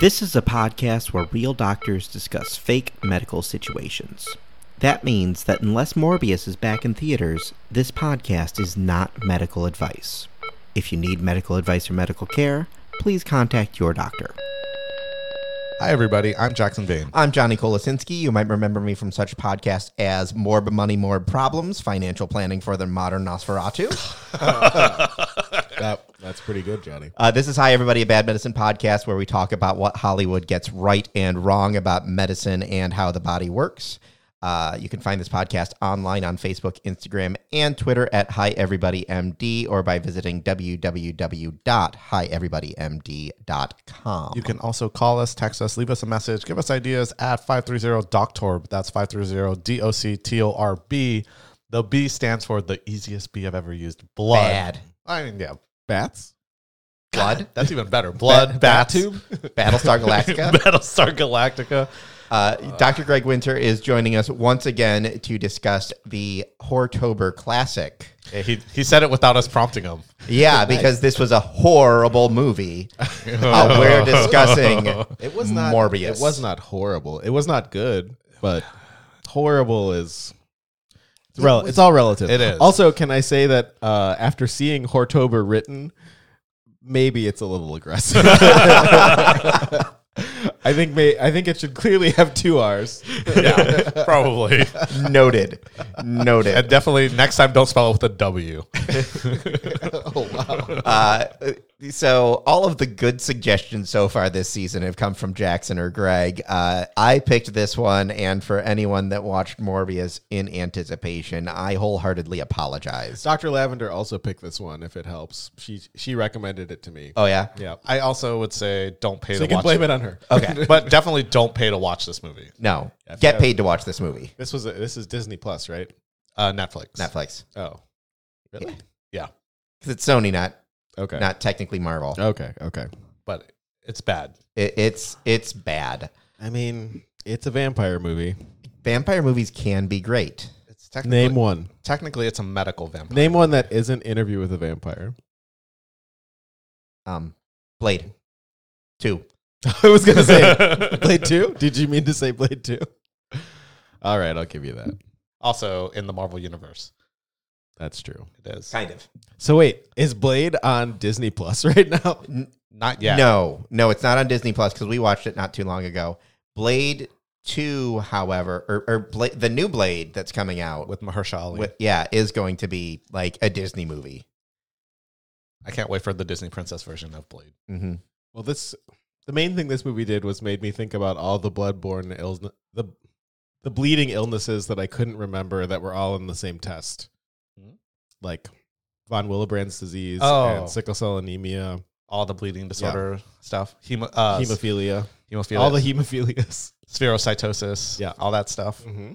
This is a podcast where real doctors discuss fake medical situations. That means that unless Morbius is back in theaters, this podcast is not medical advice. If you need medical advice or medical care, please contact your doctor. Hi, everybody. I'm Jackson Vane. I'm Johnny Kolasinski. You might remember me from such podcasts as Morb Money, Morb Problems, Financial Planning for the Modern Nosferatu. That, that's pretty good, Johnny. Uh, this is Hi Everybody, a Bad Medicine podcast where we talk about what Hollywood gets right and wrong about medicine and how the body works. Uh, you can find this podcast online on Facebook, Instagram, and Twitter at Hi Everybody MD or by visiting www.hieverybodymd.com. You can also call us, text us, leave us a message, give us ideas at 530-DOCTORB. That's 530-D-O-C-T-O-R-B. The B stands for the easiest B I've ever used, blood. Bad. I mean, yeah, bats. Blood? That's even better. Blood, Bat- bats. Bat Battlestar Galactica? Battlestar Galactica. Uh, Dr. Greg Winter is joining us once again to discuss the Hortober Classic. Yeah, He, he said it without us prompting him. Yeah, because this was a horrible movie. Uh, we're discussing It was not Morbius. It was not horrible. It was not good, but horrible is rel- it's all relative. It is. Also, can I say that uh, after seeing Hortober written, maybe it's a little aggressive. I think may- I think it should clearly have two R's. Uh, yeah, probably. noted. Noted. And definitely next time, don't spell it with a W. Oh, Uh, so all of the good suggestions so far this season have come from Jackson or Greg. Uh, I picked this one, and for anyone that watched Morbius in anticipation, I wholeheartedly apologize. Doctor Lavender also picked this one. If it helps, she she recommended it to me. Oh yeah, yeah. I also would say don't pay So to you can watch blame it on her. Okay. but definitely don't pay to watch this movie. no, get paid to watch this movie. This was a, this is Disney Plus, right? Uh, Netflix. Netflix, Oh, really? Yeah, because it's Sony, not Okay. not technically Marvel. okay. Okay. but it's bad. It, it's it's bad. I mean, it's a vampire movie. Vampire movies can be great. It's technically, Name one. Technically, it's a medical vampire. Name one that isn't Interview with a Vampire. Um, Blade, two. I was gonna say Blade Two. Did you mean to say Blade Two? All right, I'll give you that. Also in the Marvel universe, That's true. it is Kind of. So wait, is Blade on Disney Plus right now? not yet. No, no, it's not on Disney Plus because we watched it not too long ago. Blade Two, however, or, or Bla- the new Blade that's coming out, with Mahershala Ali. with- yeah, is going to be like a Disney movie. I can't wait for the Disney princess version of Blade. hmm Well, this the main thing this movie did was made me think about all the bloodborne ills the the bleeding illnesses that I couldn't remember that were all in the same test, Hmm? like von Willebrand's disease Oh. and sickle cell anemia, All the bleeding disorder stuff, Hemo, uh, hemophilia, hemophilia, all the hemophilias. spherocytosis, Yeah. all that stuff. Mm-hmm.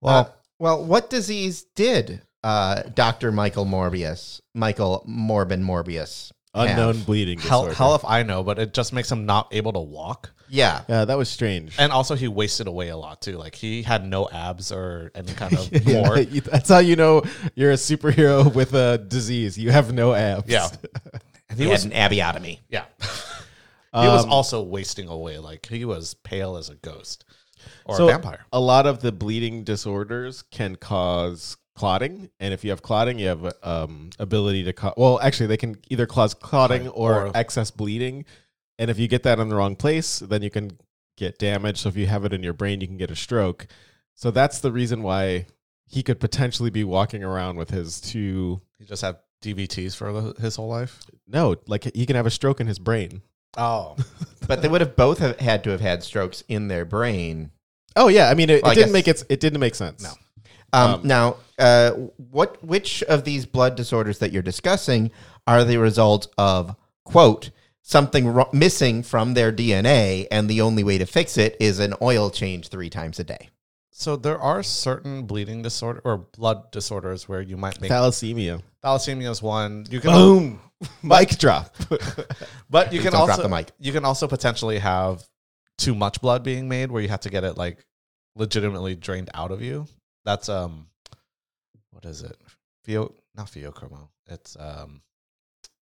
Well, Uh, well, what disease did uh, Doctor Michael Morbius, Michael Morbin Morbius? Unknown have? bleeding Hell, disorder. hell if I know, but it just makes him not able to walk. Yeah, yeah, that was strange. And also, he wasted away a lot too. Like he had no abs or any kind of Yeah, more. you- that's how you know you're a superhero with a disease. You have no abs. Yeah. And he he was had an abiotomy. yeah. he was Um, also wasting away. Like he was pale as a ghost or so a vampire. A lot of the bleeding disorders can cause clotting, and if you have clotting, you have um, ability to cause. Well, actually, they can either cause clotting Right, or, or- excess bleeding, and if you get that in the wrong place, then you can get damage. So if you have it in your brain, you can get a stroke. So that's the reason why he could potentially be walking around with his two. He just had DVTs for the, his whole life. No, like he can have a stroke in his brain. Oh, But they would have both have had to have had strokes in their brain. Oh yeah, I mean it, Well, I it didn't guess- make it. It didn't make sense. No. Um, Um, now, uh, what which of these blood disorders that you're discussing are the result of quote something ro- missing from their DNA, and the only way to fix it is an oil change three times a day? so there are certain bleeding disorder or blood disorders where you might make Thalassemia. thalassemia is one. You can Boom. Mic drop. But you can don't drop also the mic. you can also potentially have too much blood being made where you have to get it like legitimately drained out of you. That's um what is it? Fio not fiochromo. It's um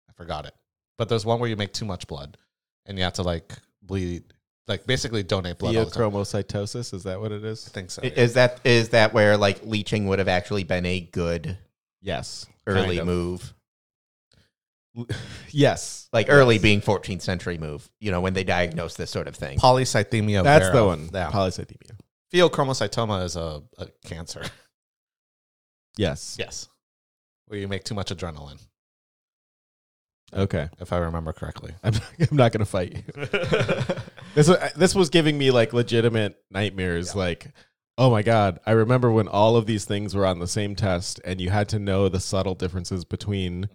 I forgot it. But there's one where you make too much blood and you have to like bleed like basically donate blood. All the time. Theochromocytosis, is that what it I is? think so. Is that is that where like leeching would have actually been a good Yes. early kind of. move? Yes. Like early being 14th century move, you know, when they diagnosed this sort of thing. Polycythemia. That's vera. the one. Yeah. Polycythemia. Pheochromocytoma is a, a cancer. Yes. yes. Where you make too much adrenaline, Okay. if I remember correctly. Mm-hmm. I'm, I'm not going to fight you. This was, this was giving me like legitimate nightmares. Like, oh my god, I remember when all of these things were on the same test, and you had to know the subtle differences between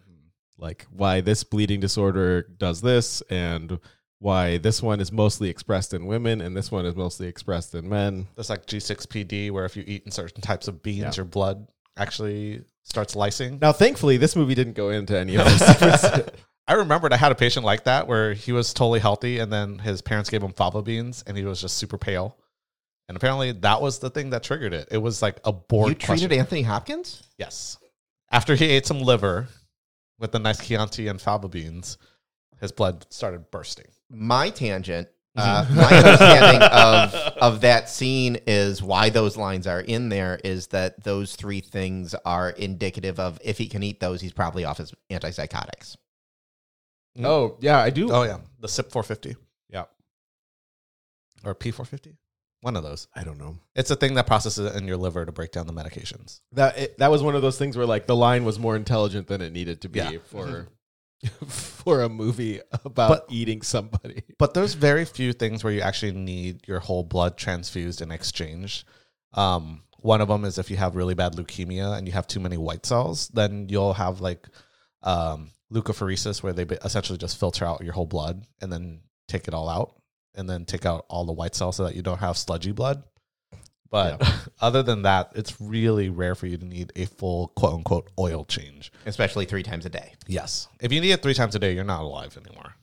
like why this bleeding disorder does this, and why this one is mostly expressed in women, and this one is mostly expressed in men. There's like G6PD, where if you eat in certain types of beans, Yeah. your blood actually starts lysing. Now, thankfully, this movie didn't go into any of this. I remembered I had a patient like that where he was totally healthy, and then his parents gave him fava beans, and he was just super pale. And apparently, that was the thing that triggered it. It was like a board. you treated question. Anthony Hopkins? Yes. After he ate some liver with the nice Chianti and fava beans, his blood started bursting. My tangent, uh, my understanding of of that scene is why those lines are in there is that those three things are indicative of if he can eat those, he's probably off his antipsychotics. oh yeah, I do. Oh yeah, the SIP 450. Yeah. Or P450. One of those. I don't know. It's a thing that processes it in your liver to break down the medications. That it, that was one of those things where like the line was more intelligent than it needed to be Yeah. for Mm-hmm. for a movie about But- eating somebody. But there's very few things where you actually need your whole blood transfused and exchanged. Um, one of them is if you have really bad leukemia and you have too many white cells, then you'll have like um, leukapheresis, where they ba- essentially just filter out your whole blood and then take it all out and then take out all the white cells so that you don't have sludgy blood. But other than that, it's really rare for you to need a full quote unquote oil change. Especially three times a day. Yes. If you need it three times a day, you're not alive anymore.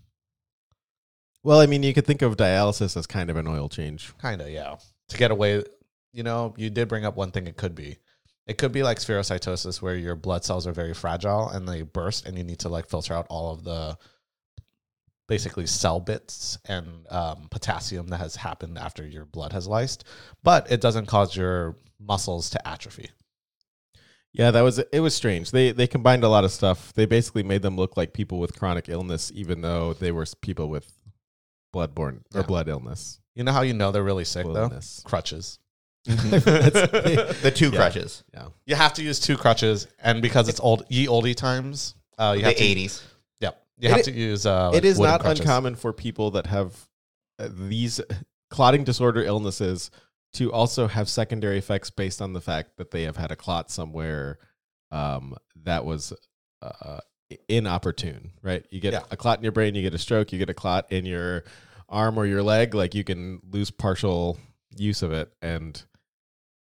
Well, I mean, you could think of dialysis as kind of an oil change. Kind of, yeah. To get away, you know, you did bring up one thing it could be. It could be like spherocytosis, where your blood cells are very fragile and they burst, and you need to like filter out all of the basically cell bits and um, potassium that has happened after your blood has lysed. But it doesn't cause your muscles to atrophy. Yeah, that was it was strange. They they combined a lot of stuff. They basically made them look like people with chronic illness even though they were s- people with bloodborne or Yeah. blood illness. You know how you know they're really sick though? Illness. Crutches. That's- The two Yeah. crutches. yeah. You have to use two crutches, and because it's old ye oldie times, uh, you have the to. 80s. Yep, you It have i- to use. Uh, it is wooden not crutches. uncommon for people that have uh, these clotting disorder illnesses to also have secondary effects based on the fact that they have had a clot somewhere um, that was uh, inopportune, right? You get Yeah. a clot in your brain, you get a stroke, you get a clot in your arm or your leg, like you can lose partial use of it. And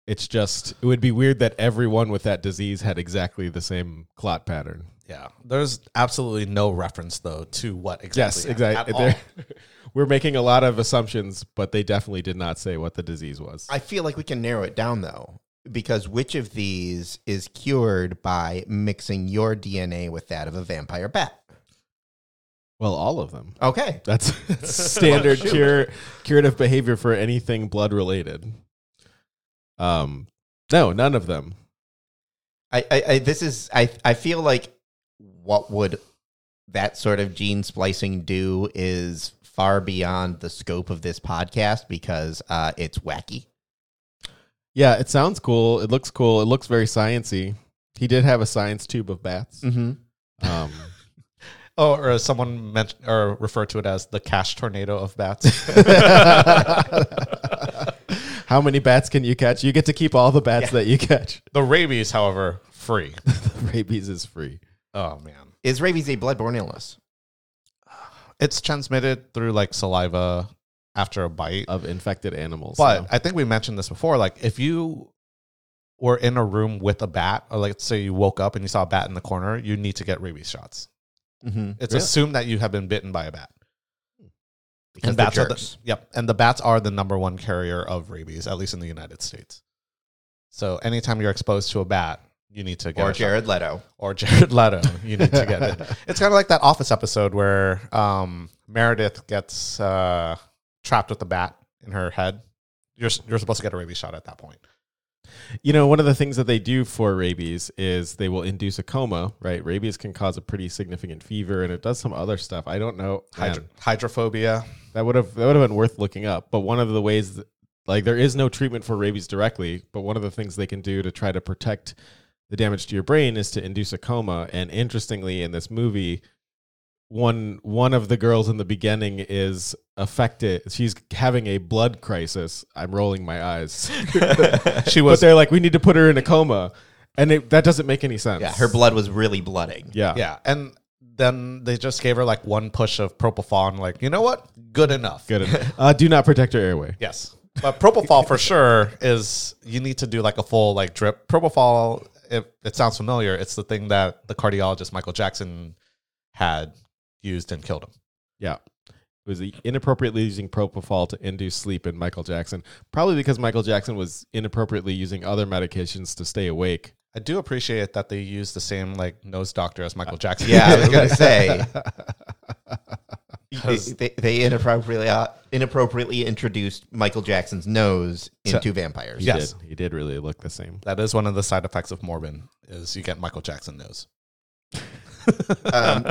it's just, it would be weird that everyone with that disease had exactly the same clot pattern. Yeah, there's absolutely no reference though to what exactly. Yes, exactly. at all. They're- We're making a lot of assumptions, but they definitely did not say what the disease was. I feel like we can narrow it down though, because which of these is cured by mixing your DNA with that of a vampire bat? well, all of them. Okay. That's standard Shoot. cure, curative behavior for anything blood related. Um, no, none of them. I, I, I this is I I feel like what would that sort of gene splicing do is far beyond the scope of this podcast because uh, it's wacky. Yeah, it sounds cool. It looks cool. It looks very sciency. He did have a science tube of bats. Mm-hmm. Um, Oh, or as someone mentioned or referred to it as the cash tornado of bats. how many bats can you catch? You get to keep all the bats that you catch. the rabies, however, free. Rabies is free. Oh man, Is rabies a bloodborne illness? it's transmitted through like saliva after a bite. of infected animals. Uh, But so- I think we mentioned this before. Like, if you were in a room with a bat, or like, say you woke up and you saw a bat in the corner, you need to get rabies shots. Mm-hmm. It's Really? assumed that you have been bitten by a bat. Because they're bats are the, jerks. yep, and the bats are the number one carrier of rabies, at least in the United States. So anytime you're exposed to a bat, you need to get or it. Jared Leto. or Jared Leto, you need to get it. It's kind of like that Office episode where um, Meredith gets uh, trapped with the bat in her head, you're s- you're supposed to get a rabies shot at that point. You know, one of the things that they do for rabies is they will induce a coma, right? Rabies can cause a pretty significant fever and it does some other stuff. I don't know. Hydro- Man, hydrophobia. that would have that would have been worth looking up. But one of the ways that, like there is no treatment for rabies directly, but one of the things they can do to try to protect the damage to your brain is to induce a coma. And interestingly, in this movie, one one of the girls in the beginning is affected. She's having a blood crisis. I'm rolling my eyes. She but was they're like, we need to put her in a coma, and it, that doesn't make any sense. Yeah, Her blood was really blooding. Yeah, yeah, and then they just gave her like one push of propofol, and like you know what, good enough. good. enough. uh, do not protect her airway. Yes, but propofol for sure is you need to do like a full like drip. Propofol, if it sounds familiar, it's the thing that the cardiologist Michael Jackson had used and killed him. Yeah. It was the inappropriately using propofol to induce sleep in Michael Jackson, probably because Michael Jackson was inappropriately using other medications to stay awake. I do appreciate that they used the same like nose doctor as Michael Jackson. Yeah, I was gonna say they, 'Cause- they- they inappropriately uh, inappropriately introduced Michael Jackson's nose into vampires. He Yes. did. He did really look the same. that is one of the side effects of Morbin is you get Michael Jackson nose. Um,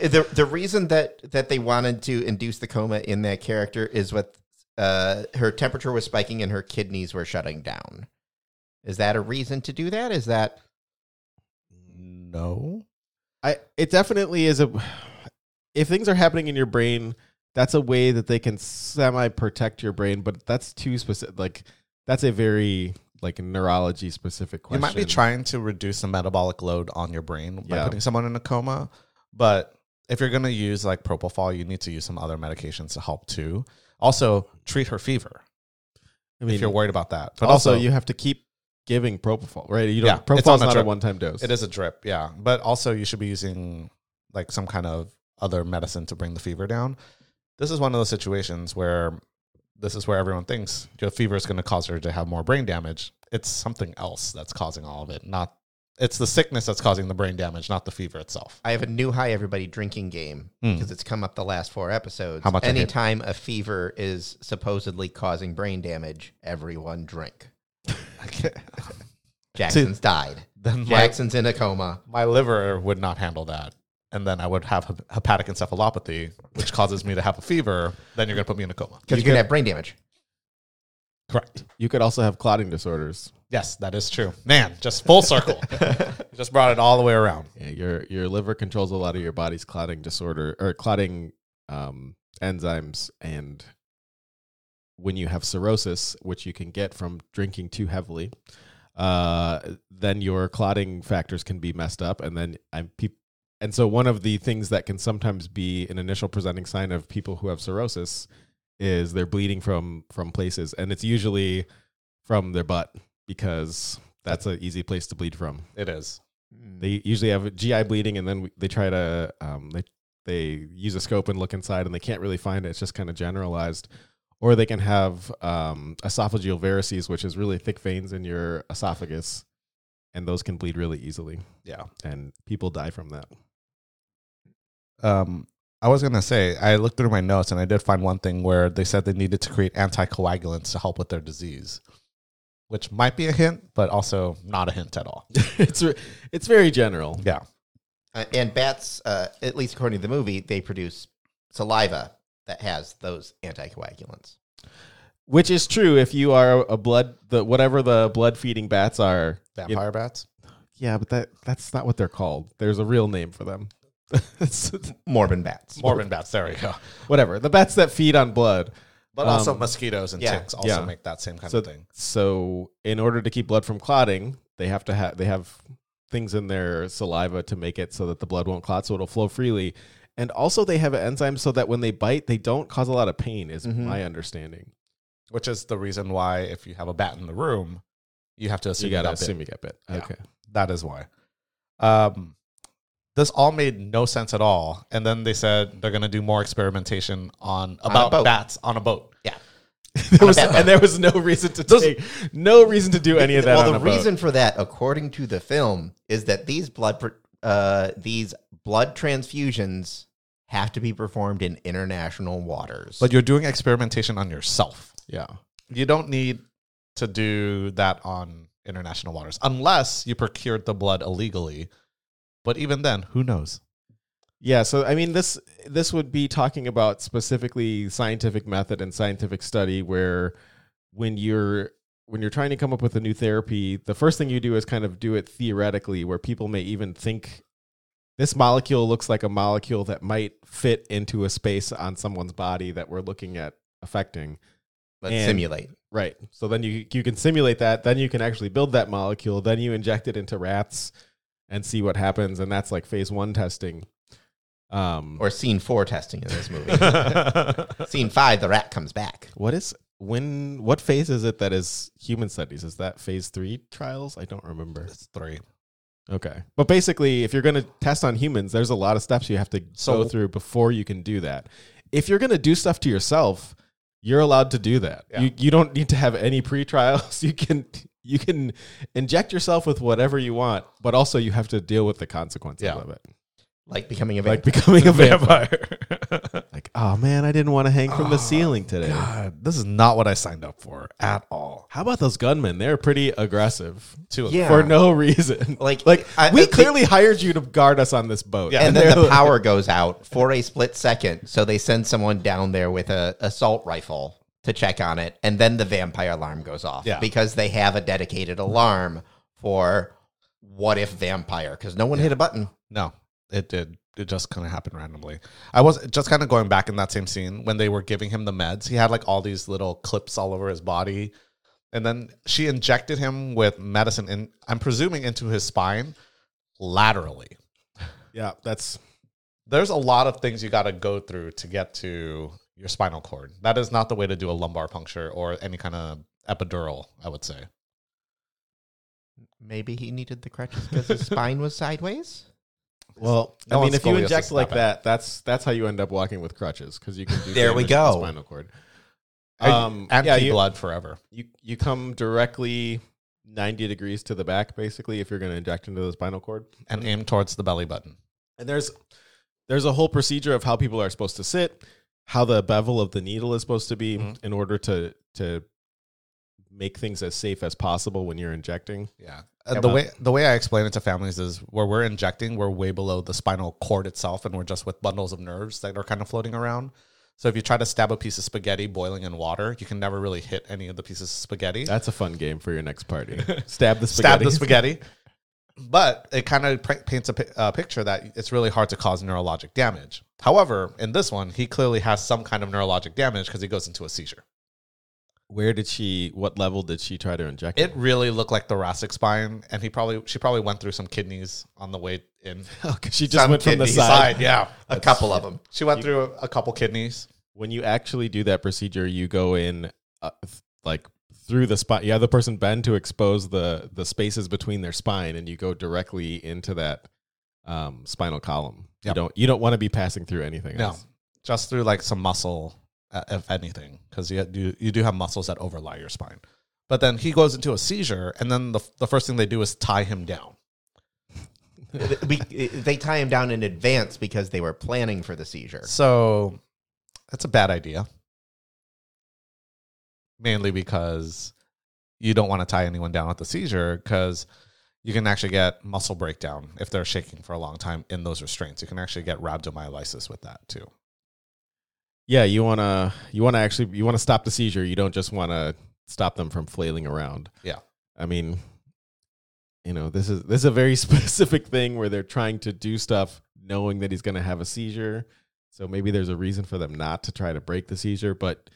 the the reason that that they wanted to induce the coma in that character is what uh, her temperature was spiking and her kidneys were shutting down. Is that a reason to do that? Is that No. I it definitely is a if things are happening in your brain, that's a way that they can semi protect your brain, but that's too specific like that's a very like neurology specific question. You might be trying to reduce the metabolic load on your brain by Yeah. putting someone in a coma, but if you're going to use like propofol, you need to use some other medications to help too. Also, treat her fever I mean, if you're worried about that. But but also, you have to keep giving propofol, right? You don't Yeah, it's on propofol's a not a drip. one time dose. it is a drip, yeah. But also, you should be using like some kind of other medicine to bring the fever down. This is one of those situations where this is where everyone thinks your fever is going to cause her to have more brain damage. It's something else that's causing all of it, not. It's the sickness that's causing the brain damage, not the fever itself. I have a new high everybody drinking game Hmm. because it's come up the last four episodes. How much I hate- Anytime a fever is supposedly causing brain damage, everyone drink. I can't- Jackson's died. then my, Jackson's in a coma. my liver would not handle that. And then I would have hep- hepatic encephalopathy, which causes me to have a fever. Then you're going to put me in a coma. Because You you're going could- to have brain damage. Correct. You could also have clotting disorders. Yes, that is true. Man, just full circle. You just brought it all the way around. Yeah, your your liver controls a lot of your body's clotting disorder or clotting um, enzymes, and when you have cirrhosis, which you can get from drinking too heavily, uh, then your clotting factors can be messed up, and then I'm peop and so one of the things that can sometimes be an initial presenting sign of people who have cirrhosis is they're bleeding from from places, and it's usually from their butt because that's an easy place to bleed from It is. they usually have GI bleeding, and then we, they try to um, they they use a scope and look inside, and they can't really find it. It's just kind of generalized, or they can have um, esophageal varices, which is really thick veins in your esophagus, and those can bleed really easily, Yeah. and people die from that. Um, I was going to say, I looked through my notes and I did find one thing where they said they needed to create anticoagulants to help with their disease, which might be a hint, but also not a hint at all. it's re- it's very general. Yeah. Uh, and bats, uh, at least according to the movie, they produce saliva that has those anticoagulants. Which is true if you are a blood the whatever the blood feeding bats are. Vampire bats? Yeah, but that that's not what they're called. There's a real name for them. It's- Morbin bats. Morbin bats. There we go. whatever. The bats that feed on blood. But Um, also mosquitoes and yeah, ticks also yeah. make that same kind So- of thing. So in order to keep blood from clotting, they have to have they have things in their saliva to make it so that the blood won't clot, so it'll flow freely. And also they have enzymes so that when they bite, they don't cause a lot of pain, is Mhm. my understanding. Which is the reason why if you have a bat in the room, you have to So assume you gotta that bit. assume you get bit. Yeah. Okay. that is why. Um, this all made no sense at all. And then they said they're gonna do more experimentation on a about boat. bats on a boat. There was, bet. and there was no reason to Those- take no reason to do any of that. well, on the a boat. reason for that, according to the film, is that these blood pr- uh, these blood transfusions have to be performed in international waters. But you're doing experimentation on yourself. Yeah. You don't need to do that on international waters unless you procured the blood illegally. But even then, who knows? Yeah, so I mean this this would be talking about specifically scientific method and scientific study where when you're when you're trying to come up with a new therapy, the first thing you do is kind of do it theoretically where people may even think this molecule looks like a molecule that might fit into a space on someone's body that we're looking at affecting. Let's and- simulate. Right. So then you you can simulate that, then you can actually build that molecule, then you inject it into rats and see what happens and that's like phase 1 testing. Um Or scene four testing in this movie. That's scene five, the rat comes back. What is when? What phase is it that is human studies? Is that phase three trials? I don't remember. three. Okay, but basically, if you're going to test on humans, there's a lot of steps you have to So- go through before you can do that. If you're going to do stuff to yourself, you're allowed to do that. Yeah. You you don't need to have any pre-trials. You can you can inject yourself with whatever you want, but also you have to deal with the consequences Yeah. of it, Like becoming a like vampire. becoming a vampire. Vampire. Like, oh man, I didn't want to hang from the ceiling today. Oh, God, this is not what I signed up for at all. How about those gunmen? They're pretty aggressive. Too Yeah. for no reason. Like- like I- uh, we I think- clearly hired you to guard us on this boat. Yeah. and then they're the like- power goes out for a split second. So they send someone down there with a assault rifle to check on it, and then the vampire alarm goes off Yeah. because they have a dedicated alarm for what if vampire because no one hit a button. No, it did. It just kind of happened randomly. I was just kind of going back in that same scene when they were giving him the meds. He had like all these little clips all over his body. And then she injected him with medicine, and I'm presuming into his spine laterally. yeah, that's There's a lot of things you got to go through to get to your spinal cord. That is not the way to do a lumbar puncture or any kind of epidural, I would say. Maybe he needed the crutches because his spine was sideways. well. No I mean, one's if you scoliosis inject is like that that, that's that's how you end up walking with crutches because you can do There we damage to the go. spinal cord. Um, Um, and yeah, you- blood forever. You you come directly ninety degrees to the back basically if you're going to inject into the spinal cord. and aim towards the belly button. And there's there's a whole procedure of how people are supposed to sit, how the bevel of the needle is supposed to be Mm-hmm. Mhm. in order to to make things as safe as possible when you're injecting. Yeah. Uh, Yeah, the but- way the way I explain it to families is where we're injecting, we're way below the spinal cord itself, and we're just with bundles of nerves that are kind of floating around. So if you try to stab a piece of spaghetti boiling in water, you can never really hit any of the pieces of spaghetti. That's a fun game for your next party. Stab the spaghetti. stab the spaghetti. But it kind of paints a pi- uh, picture that it's really hard to cause neurologic damage. However, in this one, he clearly has some kind of neurologic damage because he goes into a seizure. Where did she? What level did she try to inject? It really looked like thoracic spine, and he probably she probably went through some kidneys on the way in. Because she just Some went from the kidney side. yeah. A couple of them. She went through a couple kidneys. When you actually do that procedure, you go in uh, th- like through the spine. You have the person bend to expose the the spaces between their spine, and you go directly into that um, spinal column. You Yep. don't you don't want to be passing through anything. No, else. just through like some muscle, uh, if anything, because you do you do have muscles that overlie your spine. But then he goes into a seizure, and then the the first thing they do is tie him down. we, they tie him down in advance because they were planning for the seizure. So that's a bad idea. Mainly because you don't want to tie anyone down with the seizure because you can actually get muscle breakdown if they're shaking for a long time in those restraints. You can actually get rhabdomyolysis with that too. Yeah, you wanna you wanna actually you wanna stop the seizure. You don't just wanna stop them from flailing around. Yeah. I mean, you know, this is this is a very specific thing where they're trying to do stuff knowing that he's gonna have a seizure. So maybe there's a reason for them not to try to break the seizure. But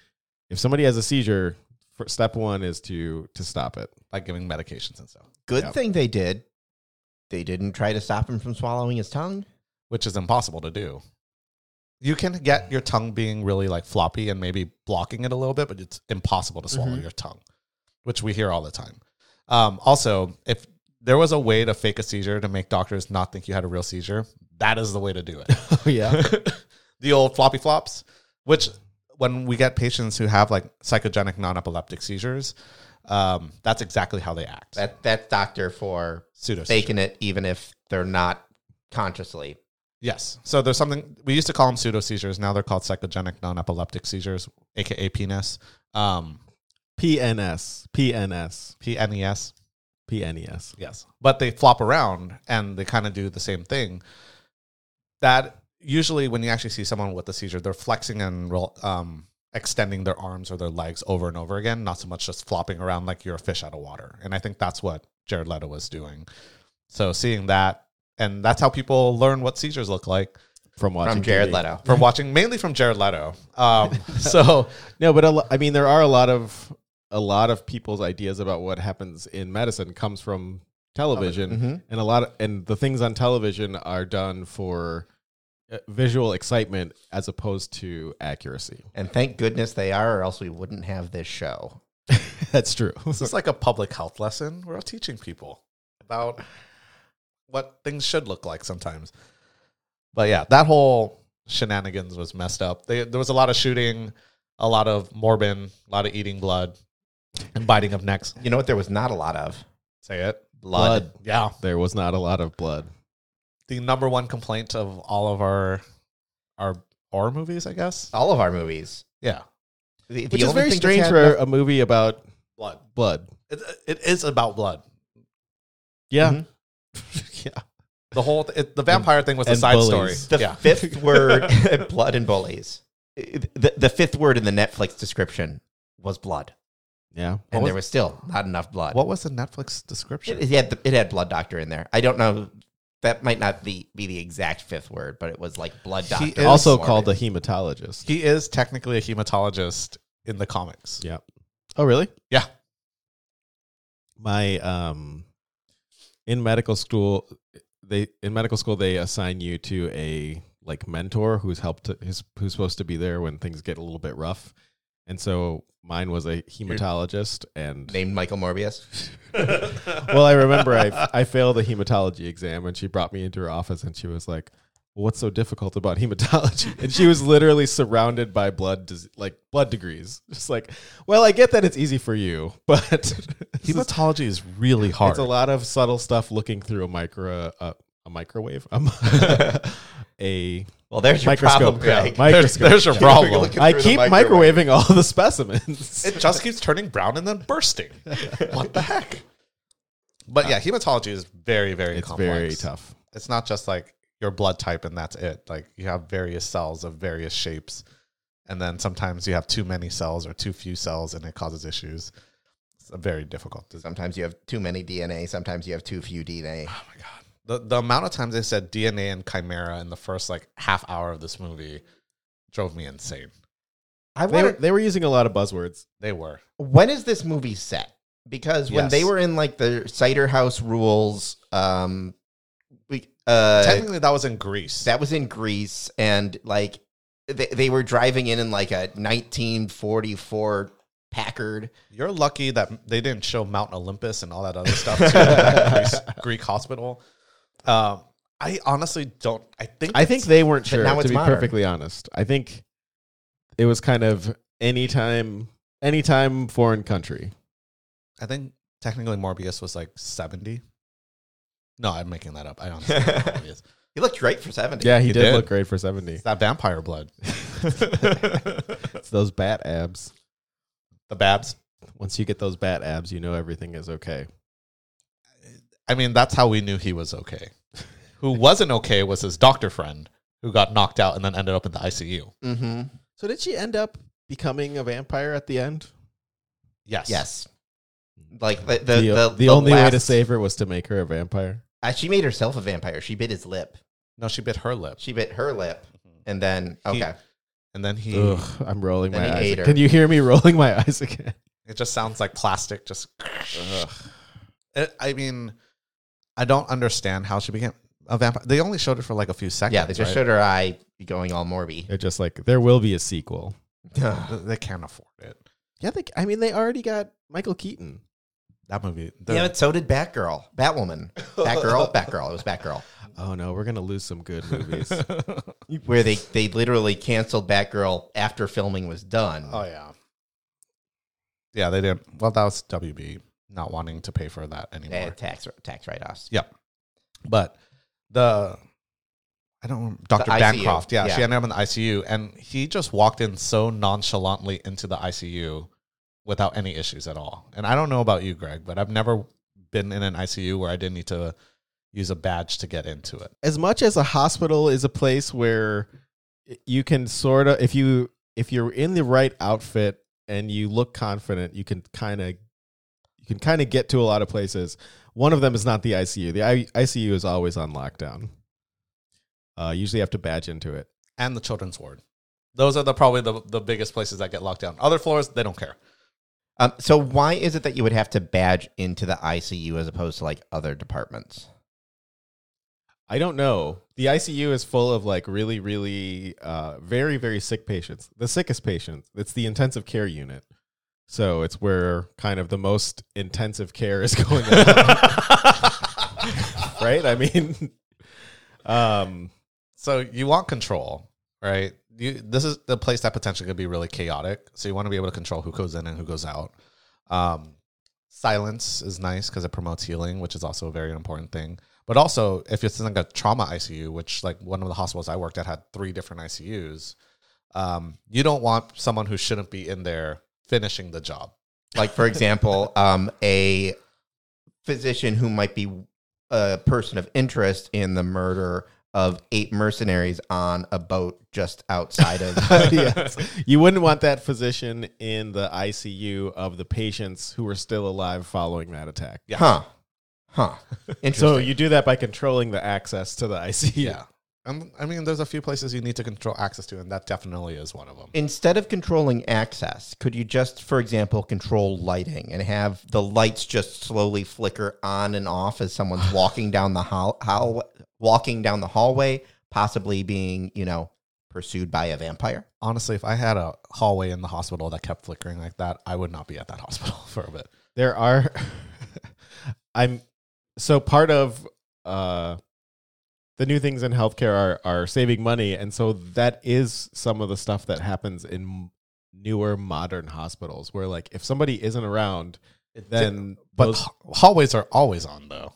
if somebody has a seizure, fir- step one is to to stop it. like giving medications and stuff, Good Yep. thing they did. They didn't try to stop him from swallowing his tongue. which is impossible to do. You can get your tongue being really like floppy and maybe blocking it a little bit, but it's impossible to swallow Mm-hmm. your tongue, which we hear all the time. Um, also, if there was a way to fake a seizure to make doctors not think you had a real seizure, that is the way to do it. Oh yeah. the old floppy flops, which when we get patients who have like psychogenic non epileptic seizures, um, that's exactly how they act. That that's doctor for pseudo faking it, even if they're not consciously. Yes. So there's something we used to call them pseudo seizures. Now they're called psychogenic non-epileptic seizures, aka PNES. Um, PNS, PNS, PNES. PNES. Yes. But they flop around and they kind of do the same thing. That usually, when you actually see someone with a seizure, they're flexing and roll, um, extending their arms or their legs over and over again, not so much just flopping around like you're a fish out of water. And I think that's what Jared Leto was doing. So seeing that, and that's how people learn what seizures look like From watching from Jared TV. Leto. from watching, mainly from Jared Leto. Um, so No, but a lo- I mean, there are a lot of a lot of people's ideas about what happens in medicine comes from television, Mm-hmm. Mhm. and a lot of, and the things on television are done for uh, visual excitement as opposed to accuracy. And thank goodness they are, or else we wouldn't have this show. That's true. this is like a public health lesson. We're teaching people about what things should look like sometimes. But yeah, that whole shenanigans was messed up. They, there was a lot of shooting, a lot of morbin, a lot of eating blood, and biting of necks. You know what? There was not a lot of Say it. blood. Blood. Yeah. there was not a lot of blood. The number one complaint of all of our our horror movies, I guess. All of our movies. Yeah. The, the Which is only thing very that's strange had for a movie about Blood. blood. It, it is about blood. Yeah. Mm-hmm. yeah. The whole it, the vampire thing was a and side bullies. story. The yeah. fifth word, blood and bullies. The, the fifth word in the Netflix description was blood, Yeah. and What there was still not enough blood. What was the Netflix description? It, it had the, it had blood doctor in there. I don't know. That might not be, be the exact fifth word, but it was like blood He doctor. is- also Morbid. called a hematologist. He is technically a hematologist in the comics. Yeah. Oh, really? Yeah. My um in medical school they in medical school they assign you to a like mentor who's helped who's who's supposed to be there when things get a little bit rough. And so mine was a hematologist and named Michael Morbius. well, I remember I I failed a hematology exam and she brought me into her office and she was like "Well, What's so difficult about hematology? And she was literally surrounded by blood, dis- like blood degrees. Just like, well, I get that it's easy for you, but this is- Hematology is really hard. it's a lot of subtle stuff looking through a micro uh, a microwave um, a Well, there's your Microscope, problem, yeah. Greg. there's, microscope. there's your problem. Looking I through the keep microwave. microwaving all the specimens. it just keeps turning brown and then bursting. what the heck? But yeah, hematology is very, very it's complex. very tough. It's not just like your blood type and that's it. Like you have various cells of various shapes. And then sometimes you have too many cells or too few cells and it causes issues. It's a very difficult disease. Sometimes you have too many DNA. Sometimes you have too few DNA. Oh my god. The the amount of times they said DNA and chimera in the first like half hour of this movie drove me insane. I They were, wonder they were using a lot of buzzwords. They were. when is this movie set? Because when Yes. they were in like the cider house rules, um, we uh, Technically that was in Greece. that was in Greece, and like they, they were driving in in like a 1944 Packard. You're lucky that they didn't show Mount Olympus and all that other stuff too, that Greece, Greek hospital. Um I honestly don't I think I think they weren't But sure. now to it's be modern. perfectly honest, I think it was kind of anytime, anytime foreign country. I think technically Morbius was like 70. No, I'm making that up. I honestly don't know what he Morbius. is. looked great for 70. Yeah, he, He did, did. look great for seventy. It's that vampire blood. the It's those bat abs. Babs. Once you get those bat abs, you know everything is okay. I mean, that's how we knew he was okay. Who wasn't okay was his doctor friend who got knocked out and then ended up in the ICU. hmm So did she end up becoming a vampire at the end? Yes. Yes. Like the the, The, uh, the, the only way to last- save her was to make her a vampire. Uh, she made herself a vampire. She bit his lip. No, she bit her lip. She bit her lip, and then He- okay, And then he, Ugh, I'm rolling Then my he eyes. ate her. Can you hear me rolling my eyes again? it just sounds like plastic. Just, It- I mean, I don't understand how she became a vampire. They only showed it for like a few seconds. yeah, they just right? showed her eye going all morby. They're just like there will be a sequel. They can't afford it. Yeah, they, I mean they already got Michael Keaton. That movie. the- Yeah, but so did Batgirl, Batwoman, Batgirl, Batgirl. It was Batgirl, Oh no, we're gonna lose some good movies. where they they literally canceled Batgirl after filming was done. Oh yeah. Yeah, they didn't. Well, that was WB not wanting to pay for that They anymore. had tax tax write offs. But the I don't remember. Dr. ICU, Bancroft. Yeah, she yeah. ended up in the ICU. And he just walked in so nonchalantly into the ICU without any issues at all. And I don't know about you, Greg, but I've never been in an ICU where I didn't need to use a badge to get into it. as much as a hospital is a place where you can sort of if you if you're in the right outfit and you look confident you can kind of you can kind of get to a lot of places one of them is not the icu the I- icu is always on lockdown uh usually you have to badge into it And the children's ward. Those are the probably the, the biggest places that get locked down. Other floors, they don't care. Um, so why is it that you would have to badge into the ICU as opposed to like other departments? i don't know the icu is full of like really really uh very very sick patients the sickest patients it's the intensive care unit so it's where kind of the most intensive care is going on right? I mean, um, So you want control, right? You this is the place that potentially could be really chaotic. So you want to be able to control who goes in and who goes out. Um, silence is nice because it promotes healing, which is also a very important thing. But also, if it's in like a trauma ICU, which like one of the hospitals I worked at had three different ICUs, um, you don't want someone who shouldn't be in there finishing the job. Like, for example, um, a physician who might be a person of interest in the murder of eight mercenaries on a boat just outside of. yes. you wouldn't want that physician in the ICU of the patients who were still alive following that attack. Yeah. Huh. Huh. Interesting. So you do that by controlling the access to the ICU. Yeah. Um, I mean, there's a few places you need to control access to, and that definitely is one of them. instead of controlling access, could you just, for example, control lighting and have the lights just slowly flicker on and off as someone's walking down the hall, hall walking down the hallway, possibly being, you know, pursued by a vampire? honestly, if I had a hallway in the hospital that kept flickering like that, I would not be at that hospital for a bit. There are. I'm so part of uh, the new things in healthcare are are saving money, and so that is some of the stuff that happens in newer modern hospitals where like if somebody isn't around then but those- h- hallways are always on though.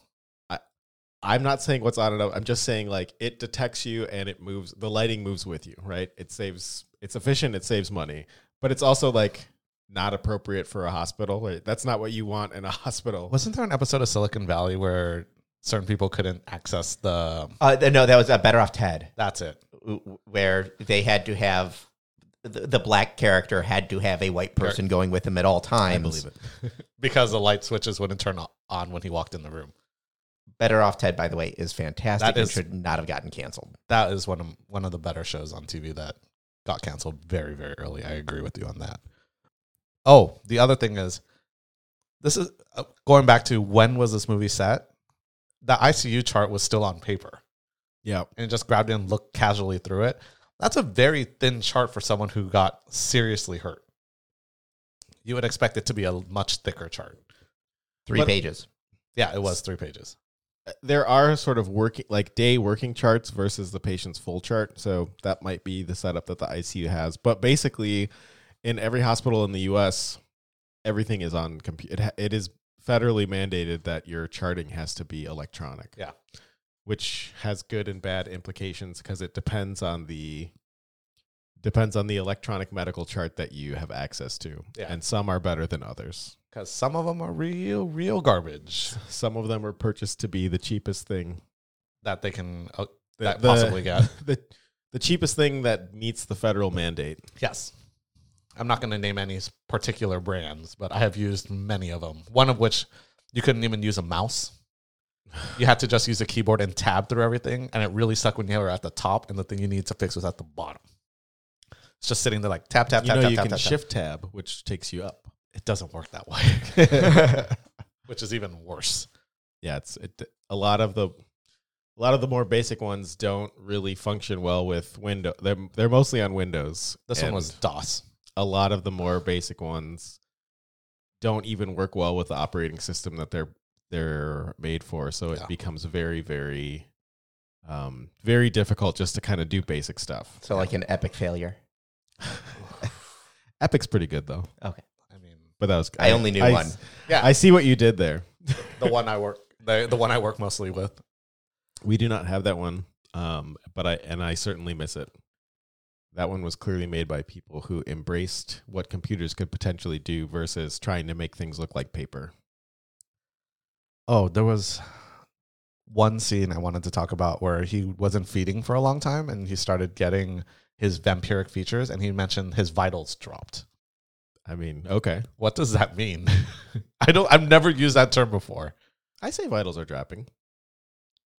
I'm not saying what's on and off. I'm just saying like it detects you and it moves. The lighting moves with you, right? It saves. It's efficient. It saves money, but it's also like not appropriate for a hospital. Like, that's not what you want in a hospital. Wasn't there an episode of Silicon Valley where certain people couldn't access the? Uh, th- no, that was uh, Better Off Ted, That's it. w- w- where they had to have the, the black character had to have a white person going with him at all times. it because the light switches wouldn't turn o- on when he walked in the room. Better Off Ted, by the way, is fantastic That and is- should not have gotten canceled. That is one of one of the better shows on TV that got canceled very very early. I agree with you on that. Oh, the other thing is, this is uh, going back to when was this movie set? The ICU chart was still on paper. Yeah, and just grabbed it and looked casually through it. That's a very thin chart for someone who got seriously hurt. You would expect it to be a much thicker chart. Three But- pages. Yeah, it was three pages. there are sort of working like day working charts versus the patient's full chart. So that might be the setup that the ICU has. But basically, in every hospital in the U.S., everything is on computer. It, ha- it is federally mandated that your charting has to be electronic. Yeah. which has good and bad implications because it depends on the depends on the electronic medical chart that you have access to, Yeah. and some are better than others. Because some of them are real, real garbage Some of them were purchased to be the cheapest thing that they can uh, The- that the- possibly get. the the cheapest thing that meets the federal mandate. Yes. I'm not going to name any s- particular brands, but I have used many of them. One of which you couldn't even use a mouse. You had to just use a keyboard and tab through everything, and it really sucked when you were at the top, and the thing you needed to fix was at the bottom. It's just sitting there like tap tap you tap know, tap you tap can tap. shift tab, which takes you up. tap. It doesn't work that way, which is even worse. Yeah, it's it, a lot of the a lot of the more basic ones don't really function well with window. They're they're mostly on Windows. This and one was DOS. a lot of the more basic ones don't even work well with the operating system that they're they're made for. So it Yeah. becomes very very um, very difficult just to kind of do basic stuff. So, like an epic failure. Epic's pretty good though, I mean, but that was I only knew one. I see what you did there. the one I work the, the one I work mostly with. We do not have that one. Um, but I and I certainly miss it. That one was clearly made by people who embraced what computers could potentially do versus trying to make things look like paper. Oh, there was one scene I wanted to talk about where he wasn't feeding for a long time and he started getting his vampiric features and he mentioned his vitals dropped. I mean, okay. What does that mean? I don't I've never used that term before. I say vitals are dropping.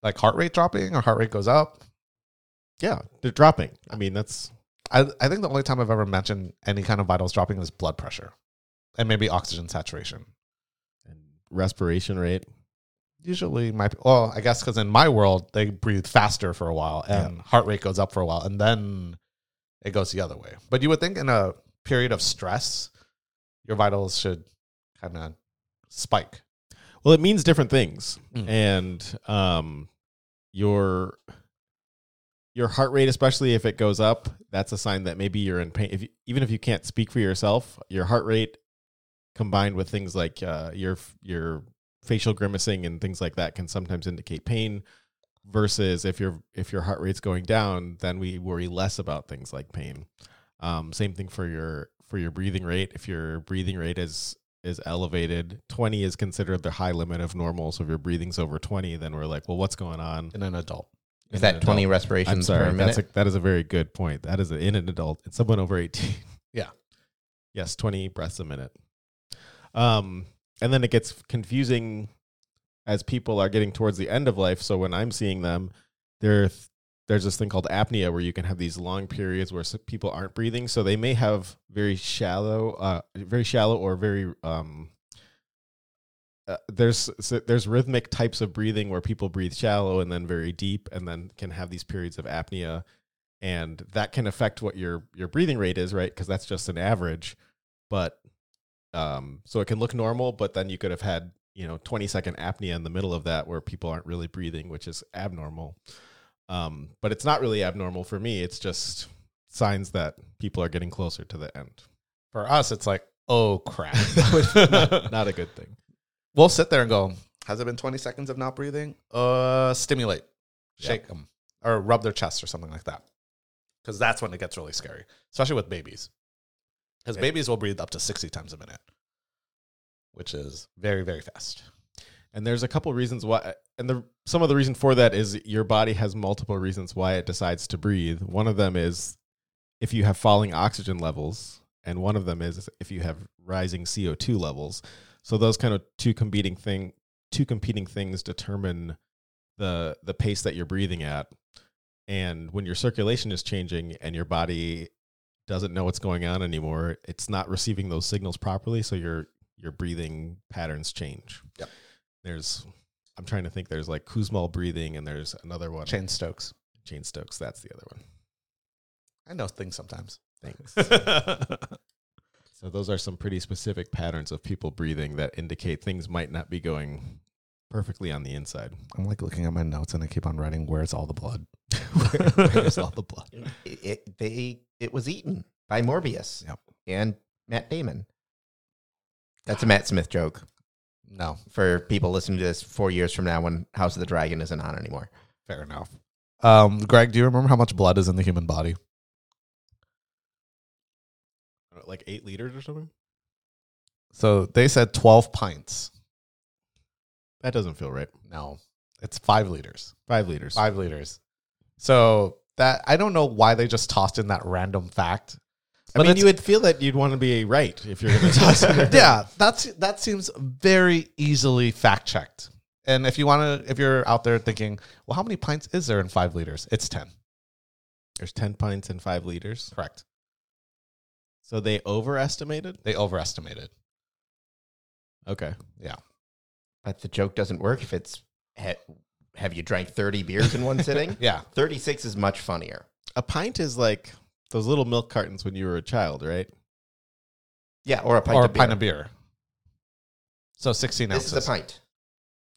Like heart rate dropping or heart rate goes up. Yeah, they're dropping. I mean, that's I, I think the only time I've ever mentioned any kind of vitals dropping is blood pressure and maybe oxygen saturation. and respiration rate. Usually, my well, I guess because in my world they breathe faster for a while and heart rate goes up for a while, and then it goes the other way. But you would think in a period of stress, your vitals should kind of spike. Well, it means different things, Hmm. Mm. and um, your your heart rate, especially if it goes up, that's a sign that maybe you're in pain. If you, even if you can't speak for yourself, your heart rate combined with things like uh, your your facial grimacing and things like that can sometimes indicate pain. Versus if your if your heart rate's going down, then we worry less about things like pain. Um, same thing for your for your breathing rate. If your breathing rate is is elevated. 20 is considered the high limit of normal. So if your breathing's over 20, then we're like, well, what's going on? in an adult. Is in an that 20 adult? I'm respirations per sorry. minute? That's a, that is a very good point. That is in an adult. It's someone over 18. Yeah. Yes, 20 breaths a minute. Um, and then it gets confusing as people are getting towards the end of life. So when I'm seeing them, there there's this thing called apnea where you can have these long periods where s- people aren't breathing. So they may have very shallow, uh, very shallow or very um, uh, there's so there's rhythmic types of breathing where people breathe shallow and then very deep and then can have these periods of apnea and that can affect what your your breathing rate is right because that's just an average but um so it can look normal but then you could have had you know 20 second apnea in the middle of that where people aren't really breathing which is abnormal um but it's not really abnormal for me it's just signs that people are getting closer to the end For us, it's like, oh crap. not, not a good thing we'll sit there and go, has it been 20 seconds of not breathing? Uh, stimulate, shake them, or rub their chest or something like that. Because that's when it gets really scary, especially with babies. Because Yeah. babies will breathe up to 60 times a minute, which is very, very fast. And there's a couple reasons why, and the some of the reason for that is your body has multiple reasons why it decides to breathe. One of them is if you have falling oxygen levels, and one of them is if you have rising CO2 levels. So those kind of two competing thing, two competing things determine the the pace that you're breathing at. And when your circulation is changing and your body doesn't know what's going on anymore, it's not receiving those signals properly, so your your breathing patterns change there's I'm trying to think there's like Kuzmal breathing and there's another one Chain Stokes. Jane Stokes that's the other one I know things sometimes. thanks so those are some pretty specific patterns of people breathing that indicate things might not be going perfectly on the inside I'm like looking at my notes and I keep on writing, where's all the blood? where's all the blood it, it- they it was eaten by Morbius Yep. and Matt Damon. That's a Matt Smith joke No, for people listening to this four years from now when House of the Dragon isn't on anymore. fair enough. Um, Greg, do you remember how much blood is in the human body? like 8 liters or something So they said 12 pints. that doesn't feel right No, it's five liters. 5 liters Five liters. So that I don't know why they just tossed in that random fact. I mean it's- you would feel that you'd want to be right if you're going to toss it yeah, that's that seems very easily fact checked. And if you want to, if you're out there thinking, well, how many pints is there in five liters? It's ten. there's 10 pints and 5 liters Correct. so they overestimated They overestimated. okay But the joke doesn't work if it's ha- have you drank 30 beers in one sitting? Yeah, 36 is much funnier. a pint is like those little milk cartons when you were a child right Yeah, or a pint or a of beer. pint of beer. So sixteen This ounces. is a pint.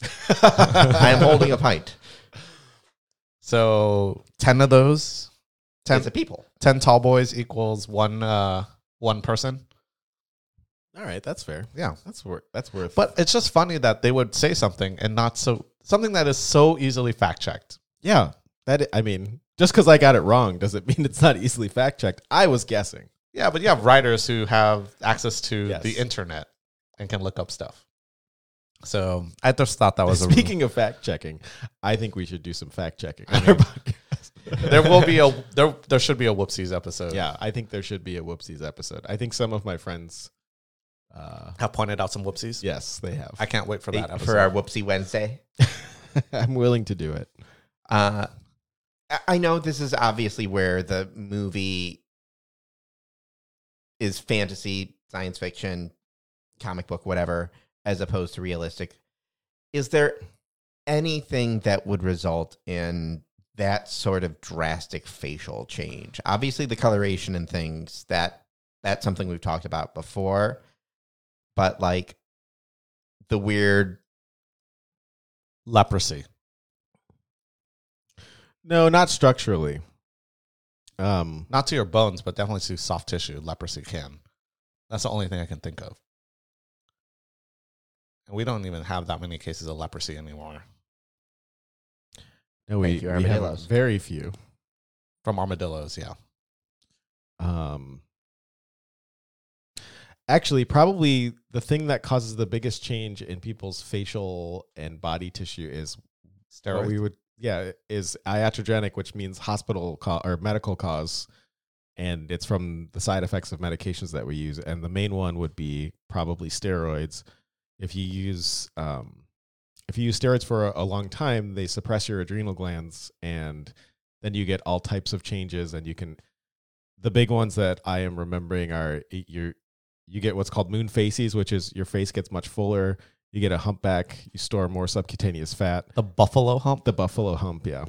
I am holding a pint. So ten of those, ten It's a people. 10 tall boys equals one uh one person All right, that's fair. yeah That's worth. That's worth. but it's just funny that they would say something and not so something that is so easily fact checked yeah, That I mean, just because I got it wrong doesn't mean it's not easily fact checked. I was guessing. Yeah, but you have writers who have access to Yes. the internet and can look up stuff. So I just thought that was a Speaking of fact checking, I think we should do some fact checking on our podcast. there will be a there there should be a whoopsies episode. yeah. I think there should be a whoopsies episode. I think some of my friends, uh, have pointed out some whoopsies. yes, they have. I can't wait for that episode. for our Whoopsie Wednesday. I'm willing to do it. Uh, I- I know this is obviously where the movie is fantasy, science fiction, comic book, whatever, as opposed to realistic. Is there anything that would result in that sort of drastic facial change? Obviously, the coloration and things that that's something we've talked about before, but like the weird leprosy. No, not structurally. Um, Not to your bones, but definitely to soft tissue. Leprosy can. That's the only thing I can think of. And we don't even have that many cases of leprosy anymore no, we, Thank you, we have armadillos. very few. from armadillos. Yeah. Um, actually, probably the thing that causes the biggest change in people's facial and body tissue is what Steroids. we would yeah is iatrogenic, which means hospital co- or medical cause, and it's from the side effects of medications that we use. And the main one would be probably steroids. If you use um, if you use steroids for a, a long time, they suppress your adrenal glands, and then you get all types of changes, and you can. The big ones that I am remembering are y- your you get what's called moon faces, which is your face gets much fuller. You get a humpback. You store more subcutaneous fat the buffalo hump. the buffalo hump yeah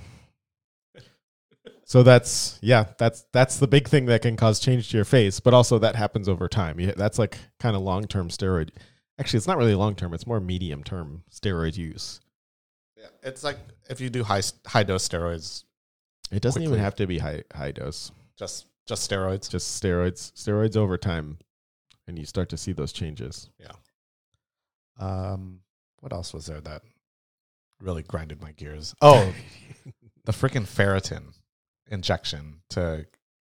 so that's yeah that's that's the big thing that can cause change to your face but also that happens over time You- that's like kind of long-term steroid actually it's not really long-term it's more medium-term steroid use Yeah, it's like if you do high high dose steroids, it doesn't even Quickly. have to be high high dose just just steroids. just steroids steroids over time and you start to see those changes Um, what else was there that really grinded my gears? Oh, the freaking ferritin injection. To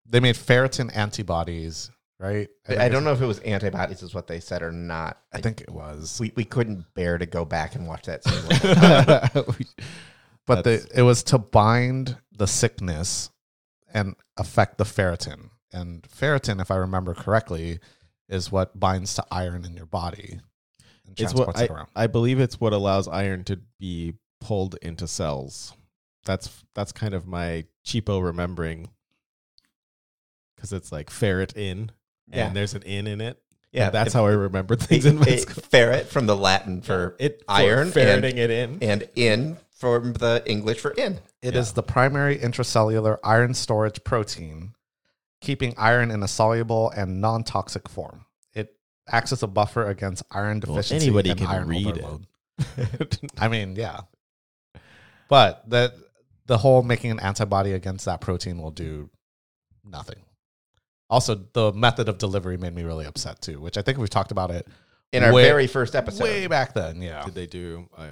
they made ferritin antibodies, right? I don't know if it was antibodies is what they said or not. I think it was, we, we couldn't bear to go back and watch that scene. but That's- the, it was to bind the sickness and affect the ferritin. And ferritin, if I remember correctly, is what binds to iron in your body and it's what transports I, it around. I believe it's what allows iron to be pulled into cells. That's that's kind of my cheapo remembering because it's like ferret in Yeah. and there's an in in it. Yeah, And that's it- how I remember things in med it, school. ferret from the Latin for It iron and- ferreting it in. and in from the English for in. It is Yeah. the primary intracellular iron storage protein, keeping iron in a soluble and non toxic form. It acts as a buffer against iron Well, deficiency. anybody and can iron read it. overload. I mean, yeah. But the, the whole making an antibody against that protein will do nothing. Also, the method of delivery made me really upset too, which I think we've talked about it In our Way- very first episode. way back then. Yeah. Did they do uh,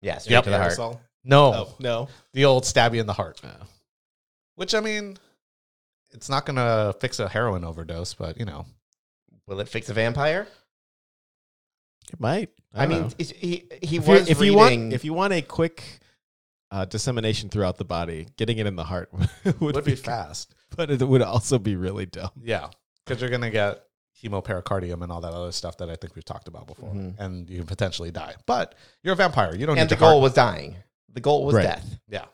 yeah, straight Yep. to the heart. aerosol? No, Oh no. the old stabby in the heart. Oh. Which I mean, it's not gonna fix a heroin overdose, but you know, Will it fix a vampire? It might. I, don't mean, know. is- he, he if, you, was if reading. you want if you want a quick uh, dissemination throughout the body, getting it in the heart would, would, be, be fast. but it would also be really dumb. Yeah, because you're gonna get hemopericardium and all that other stuff that I think we've talked about before, Mhm. and you can potentially die. But you're a vampire. You don't and need the your heart. goal was dying. The goal was Right. death. Yeah.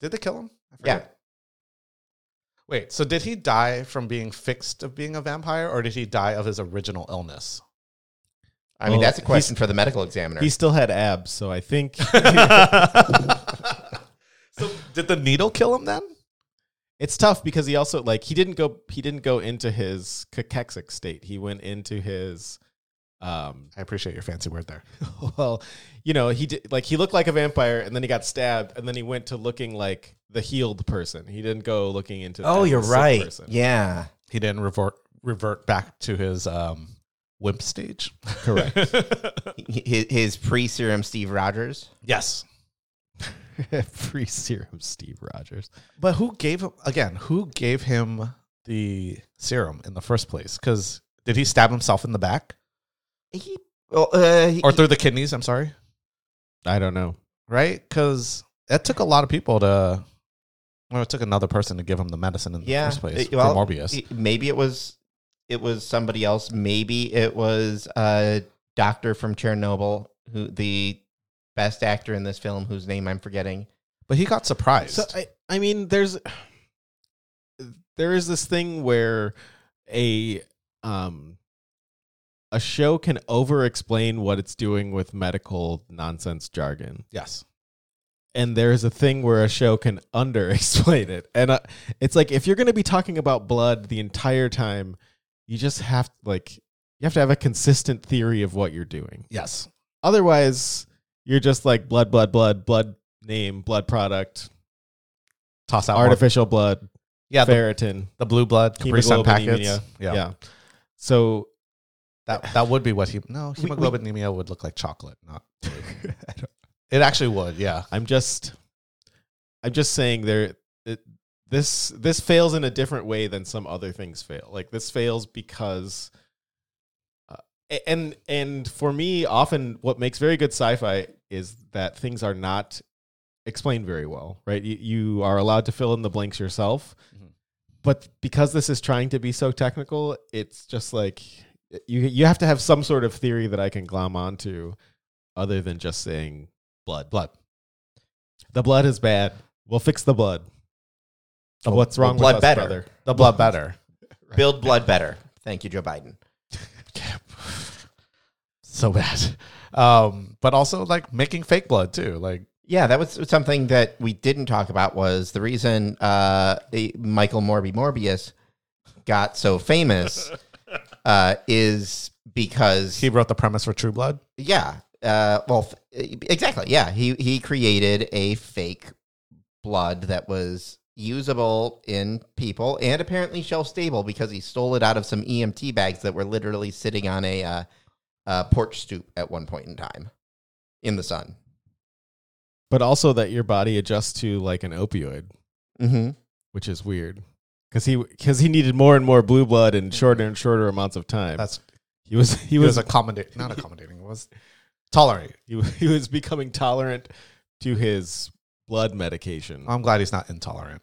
Did they kill him? I Yeah. forget. Wait. So did he die from being fixed of being a vampire, or did he die of his original illness? I mean, Well, that's a question for the medical examiner. He still had abs, so I think so did the needle kill him then? it's tough because he also like he didn't go he didn't go into his cachexic state. He went into his um I appreciate your fancy word there. well, you know, he did like he looked like a vampire and then he got stabbed and then he went to looking like the healed person. He didn't go looking into as the sick person. Yeah. he didn't revert revert back to his um wimp stage. Correct. His, his pre serum Steve Rogers. yes. Free serum, Steve Rogers. But who gave him again? Who gave him the serum in the first place? Because did he stab himself in the back He, well, uh, he- or through the kidneys? I'm sorry, I don't know. right? Because that took a lot of people to. Well, it took another person to give him the medicine in Yeah, the first place it- well, for Morbius. he- maybe it was it was somebody else. Maybe it was a doctor from Chernobyl, who the best actor in this film, whose name I'm forgetting. but he got surprised. So I, I mean, there's there is this thing where a um a show can over explain what it's doing with medical nonsense jargon. yes, And there's a thing where a show can under explain it. And uh, it's like if you're going to be talking about blood the entire time, you just have like you have to have a consistent theory of what you're doing. yes, Otherwise, you're just like blood blood blood blood name, blood product, toss out Morbius. artificial blood, Yeah, the, ferritin. the blue blood, Capri Sun Hemoglobin packets. anemia. Yeah. Yeah. So that that would be what he. No, We- we- hemoglobinemia would look like chocolate, not. It actually would. Yeah, I'm just I'm just saying there it, this this fails in a different way than some other things fail. Like this fails because uh, a- and and for me often what makes very good sci-fi is that things are not explained very well, right? You, you are allowed to fill in the blanks yourself. Mhm. But because this is trying to be so technical, it's just like you you have to have some sort of theory that I can glom onto other than just saying blood. blood. The blood is bad. We'll fix the blood. What's wrong blood with us, better. brother? The blood better. Build blood better. Thank you, Joe Biden. so bad. Um, but also like making fake blood too. Like Yeah, that was something that we didn't talk about. Was the reason uh, the- Michael Morby Morbius got so famous uh, is because he wrote the premise for True Blood. Yeah. Uh, well, f- exactly. Yeah. He he created a fake blood that was usable in people and apparently shelf stable because he stole it out of some EMT bags that were literally sitting on a uh, uh, porch stoop at one point in time in the sun. But also that your body adjusts to like an opioid, Mm-hmm. which is weird. Because he because he needed more and more blue blood in shorter and shorter amounts of time. That's he was he he was was accommodating, not accommodating. It was tolerate. he, he was becoming tolerant to his blood medication. I'm glad he's not intolerant.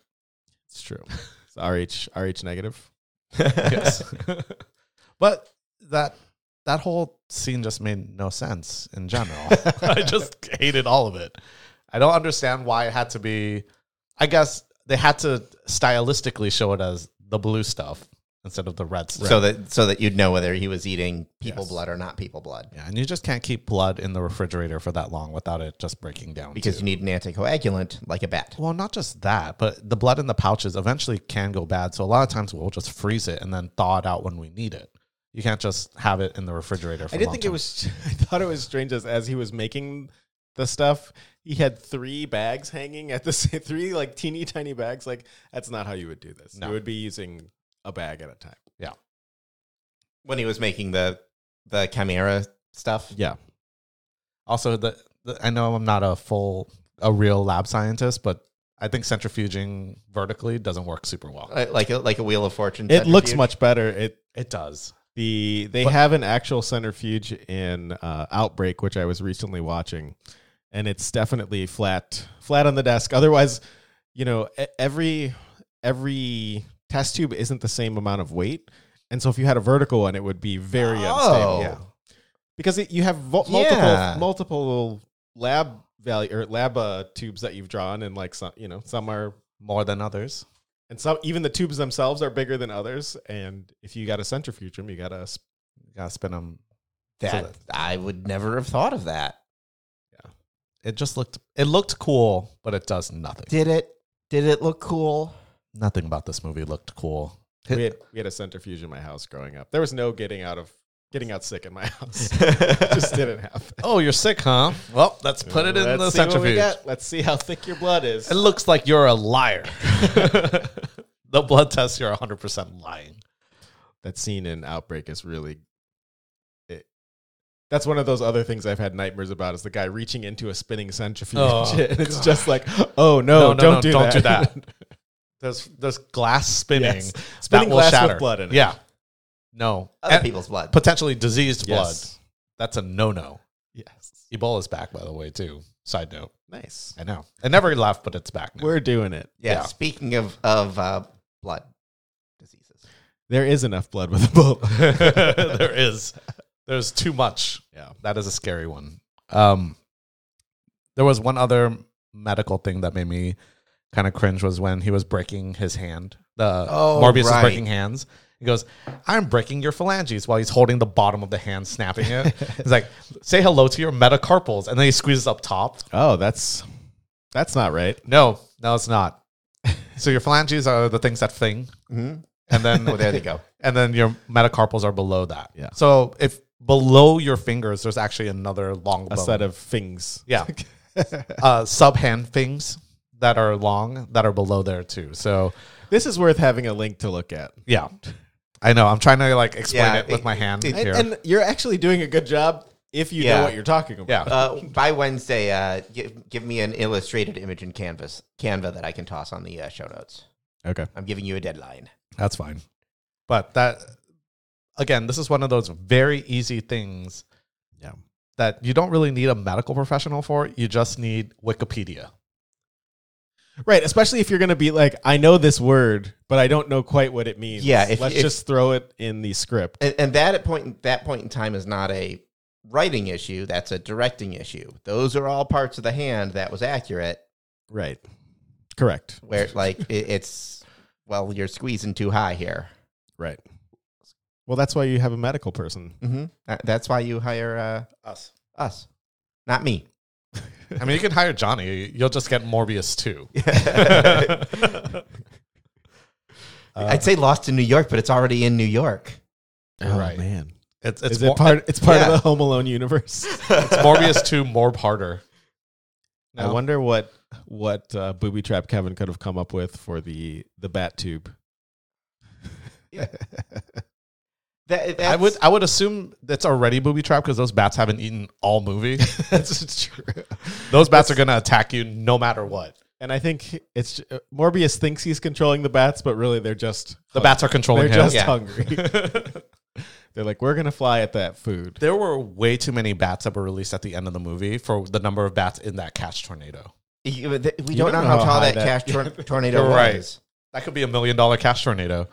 it's true. It's RH RH negative. Yes, but that that whole scene just made no sense in general. I just hated all of it. I don't understand why it had to be. I guess they had to stylistically show it as the blue stuff instead of the red stuff. So that so that you'd know whether he was eating people Yes. blood or not people blood Yeah, and you just can't keep blood in the refrigerator for that long without it just breaking down. because you too. need an anticoagulant like a bat. well, not just that, but the blood in the pouches eventually can go bad. So a lot of times we'll just freeze it and then thaw it out when we need it. You can't just have it in the refrigerator. For I a did long think it time. was. I thought it was strange as as he was making the stuff, he had three bags hanging at the same three like teeny tiny bags. Like that's not how you would do this. No. You would be using a bag at a time. When he was making the the chimera stuff. Yeah, also the, the. I know I'm not a full a real lab scientist, but I think centrifuging vertically doesn't work super well. uh, Like a, like a wheel of fortune. it looks centrifuge. much better. It It does. the they But- have an actual centrifuge in uh, Outbreak, which I was recently watching, and it's definitely flat flat on the desk. Otherwise, you know, e- every every test tube isn't the same amount of weight. And so, if you had a vertical one, it would be very unstable. Oh. Yeah. because it, you have vo- multiple Yeah. multiple lab value or lab uh, tubes that you've drawn, and like some, you know, some are More than others. and some even the tubes themselves are bigger than others. And if you got a centrifuge 'em, you got a sp- You gotta spin them That I would never have thought of that. it just looked it looked cool, but it does nothing. Did it? Did it look cool? Nothing about this movie looked cool. we had, we had a centrifuge in my house growing up. There was no getting out of getting out sick in my house. It just didn't happen. oh, you're sick, huh? Well, let's put it in Let's the see what we centrifuge. got. Let's see how thick your blood is. It looks like you're a liar. the blood test, you're 100% lying. that scene in Outbreak is really it, That's one of those other things I've had nightmares about is the guy reaching into a spinning centrifuge. Oh, and it's God. just like, oh No, no, no, don't, no, do, don't that. do that. There's there's glass spinning Yes. that Spinning will glass shatter. with blood in it. Yeah. No. Other And people's blood. potentially diseased Yes. blood. That's a no no. Yes. Ebola's back, by the way, too. Side note. Nice. I know. It never left, but it's back now. We're doing it. yeah, yeah. Speaking of of uh, blood diseases, There is enough blood with a bull. there is. There's too much. Yeah. That is a scary one. Um, there was one other medical thing that made me kind of cringe was when he was breaking his hand. The Oh, Morbius right. is breaking hands. He goes, I'm breaking your phalanges while he's holding the bottom of the hand, snapping it. he's like, say hello to your metacarpals. And then he squeezes up top. Oh, that's that's not right. No, no, it's not. so your phalanges are the things that thing. Mm-hmm. Mhm. And then well, there they go. and then your metacarpals are below that. Yeah. So if below your fingers, there's actually another long A bone. set of things. yeah, uh, sub hand things that are long that are below there too. So This is worth having a link to look at. yeah, I know. I'm trying to like explain Yeah, it with it- my hand it- And, here. and you're actually doing a good job if you Yeah. know what you're talking about. yeah, Uh, by Wednesday, uh, give give me an illustrated image in Canvas Canva that I can toss on the uh, show notes. Okay. I'm giving you a deadline. that's fine. But that again, this is one of those very easy things. Yeah. That you don't really need a medical professional for. You just need Wikipedia. Right. Especially if you're going to be like, I know this word, but I don't know quite what it means. Yeah, if- Let's if- just throw it in the script. And, and that at point that point in time is not a writing issue. That's a directing issue. Those are all parts of the hand that was accurate. Right. Correct. Where like it, it's well, you're squeezing too high here. Right. Well, that's why you have a medical person. hmm that's why you hire uh, Us. us, not me. I mean, you can hire Johnny. You'll just get Morbius too. Uh. I'd say Lost in New York, but it's already in New York. You're right. man. It's it's Is more, it part it's part yeah. of the Home Alone universe. it's Morbius two more parter. I wonder what what uh, booby trap Kevin could have come up with for the the bat tube. That, I that's- would I would assume that's already booby trap because those bats haven't eaten all movie. That's true. those bats are gonna attack you no matter what. And I think it's uh, Morbius thinks he's controlling the bats, but really they're just The bats are They're controlling him. just Yeah. hungry. they're like, we're gonna fly at that food. There were way too many bats that were released at the end of the movie for the number of bats in that catch tornado. You- we don't, don't know know how how tall high that, that- cash tor- tornado You're was. right. That could be a million dollar cash tornado,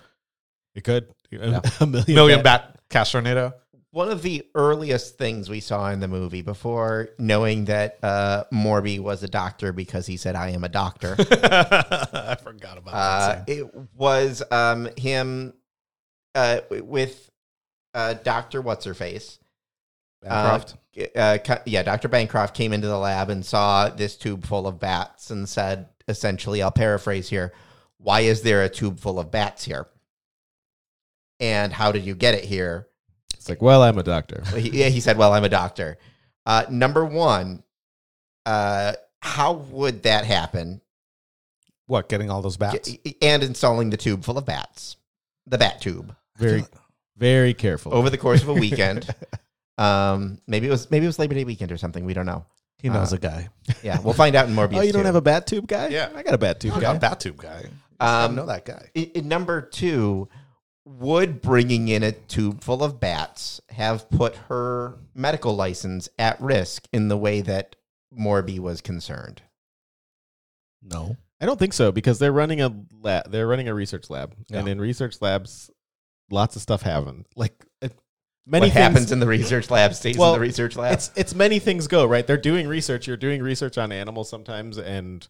It could Yeah. a million, million bat- bat cash tornado. One of the earliest things we saw in the movie before knowing that uh, Morby was a doctor because he said, I am a doctor, I forgot uh, about that. scene. it was um, him uh, w- with uh, Dr. What's Her Face. Bancroft? Uh, ca- yeah, Dr. Bancroft came into the lab and saw this tube full of bats and said, essentially, I'll paraphrase here, why is there a tube full of bats here? And how did you get it here? It's like, well, I'm a doctor. Well, he, yeah, he said, "Well, I'm a doctor." Uh, number one, uh, how would that happen? what getting all those bats? Y- And installing the tube full of bats, the bat tube, Very, very careful. over the course of a weekend. um, maybe it was maybe it was Labor Day weekend or something. We don't know. He knows a guy. Yeah, we'll find out in Morbius. oh, you don't too. have a bat tube guy? Yeah. I got a bat tube I guy. got a bat tube guy. Um, I know that guy. I- I- number two, would bringing in a tube full of bats have put her medical license at risk in the way that Morby was concerned? No. I don't think so because they're running a la- they're running a research lab, Yeah. and in research labs, lots of stuff happens. Like it, many what things happens in the research lab stays Well, in the research lab. it's it's many things go right. They're doing research. You're doing research on animals sometimes, and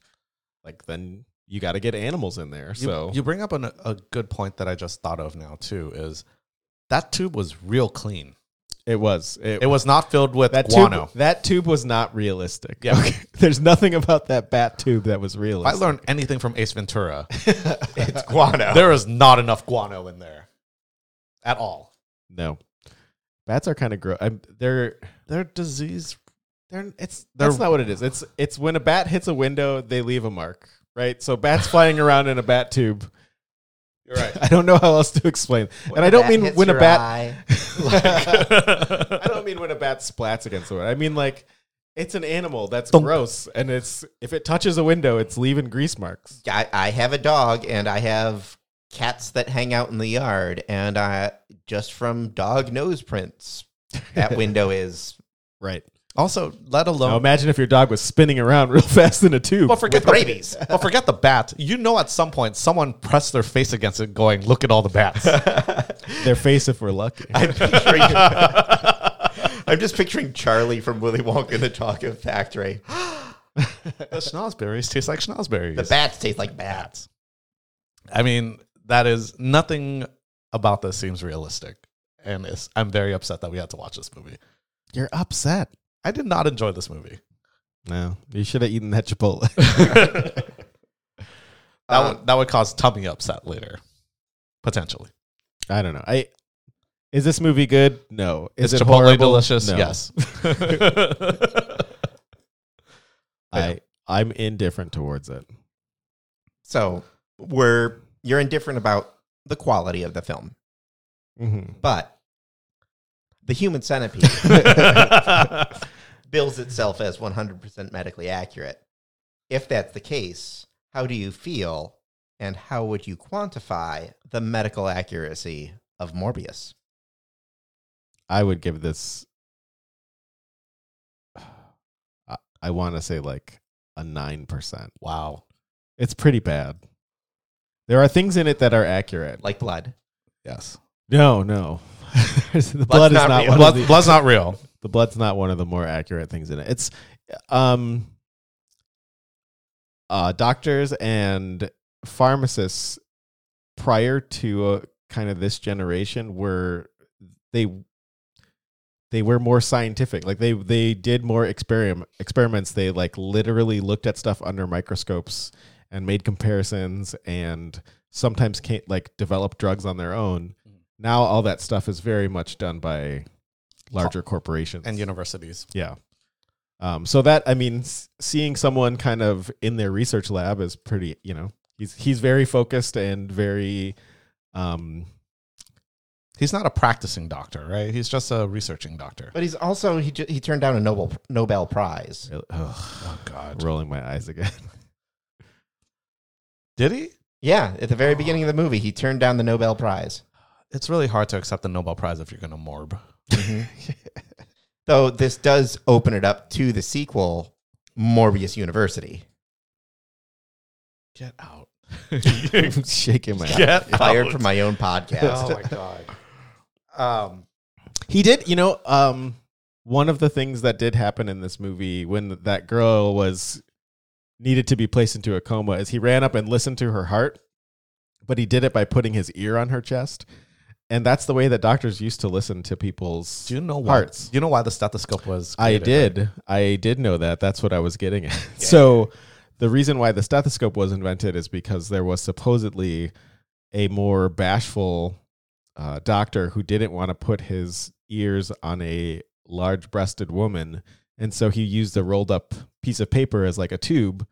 like then you got to get animals in there. You, So you bring up an, a good point that I just thought of now too is that tube was real clean. it was It was not filled with that guano. tube. That tube was not realistic. Yeah. Okay. There's nothing about that bat tube that was if I realistic. learned anything from Ace Ventura, it's guano. there is not enough guano in there at all. no, bats are kind of gross. They're They're disease. They're it's They're- that's not what it is. It's it's when a bat hits a window, they leave a mark, right? So bats flying around in a bat tube You're right. I don't know how else to explain. and I don't Bat mean hits when a your bat. eye. I don't mean when a bat splats against the window. I mean like it's an animal that's Thunk. gross, and it's if it touches a window, it's leaving grease marks. I, I have a dog and I have cats that hang out in the yard, and I just from dog nose prints, that window is Right. also, let alone. Now imagine if your dog was spinning around real fast in a tube. well, forget with the rabies. Well, forget the bat. You know, at some point, someone pressed their face against it, going, "Look at all the bats." Their face, if we're lucky. I'm picturing, I'm just picturing Charlie from Willy Wonka and the Chocolate Factory. the schnozberries taste like schnozberries. The bats taste like bats. I mean, that is nothing about this seems realistic, and it's, I'm very upset that we had to watch this movie. You're upset. I did not enjoy this movie. No, you should have eaten that Chipotle. that Um, would that would cause tummy upset later, potentially. I don't know. I is this movie good? No. Is Is it Chipotle horrible? delicious? No. Yes. I I'm indifferent towards it. So we're you're indifferent about the quality of the film, Mm-hmm. but the human centipede bills itself as 100% medically accurate. If that's the case, how do you feel and how would you quantify the medical accuracy of Morbius? I would give this. I, I want to say like a nine percent. wow. It's pretty bad. There are things in it that are accurate. Like blood. Yes. No, no. the blood not is not real. one Blood, of the, blood's not real. the blood's not one of the more accurate things in it. It's um uh doctors and pharmacists prior to uh, kind of this generation were they they were more scientific like they they did more experiment experiments they like literally looked at stuff under microscopes and made comparisons and sometimes can't like develop drugs on their own now all that stuff is very much done by larger corporations And universities. yeah. Um, so that I mean, s- seeing someone kind of in their research lab is pretty. You know, he's he's very focused and very. Um, He's not a practicing doctor, right? He's just a researching doctor. But he's also, he, ju- he turned down a Nobel, Nobel Prize. really- Oh ugh, God. rolling my eyes again. Did he? Yeah, at the very beginning of the movie, he turned down the Nobel Prize. It's really hard to accept the Nobel Prize if you're going to morb. Though this does open it up to the sequel, Morbius University. Get out. I'm shaking my. head. Get Fired out. from Oh, my own podcast. my god. Um, He did. You know, um, one of the things that did happen in this movie when that girl was needed to be placed into a coma is he ran up and listened to her heart, but he did it by putting his ear on her chest. And that's the way that doctors used to listen to people's do you know why? hearts. Do you know why the stethoscope was? I created? did. I did know that. That's what I was getting at. So the reason why the stethoscope was invented is because there was supposedly a more bashful uh, doctor who didn't want to put his ears on a large breasted woman. And so he used a rolled up piece of paper as like a tube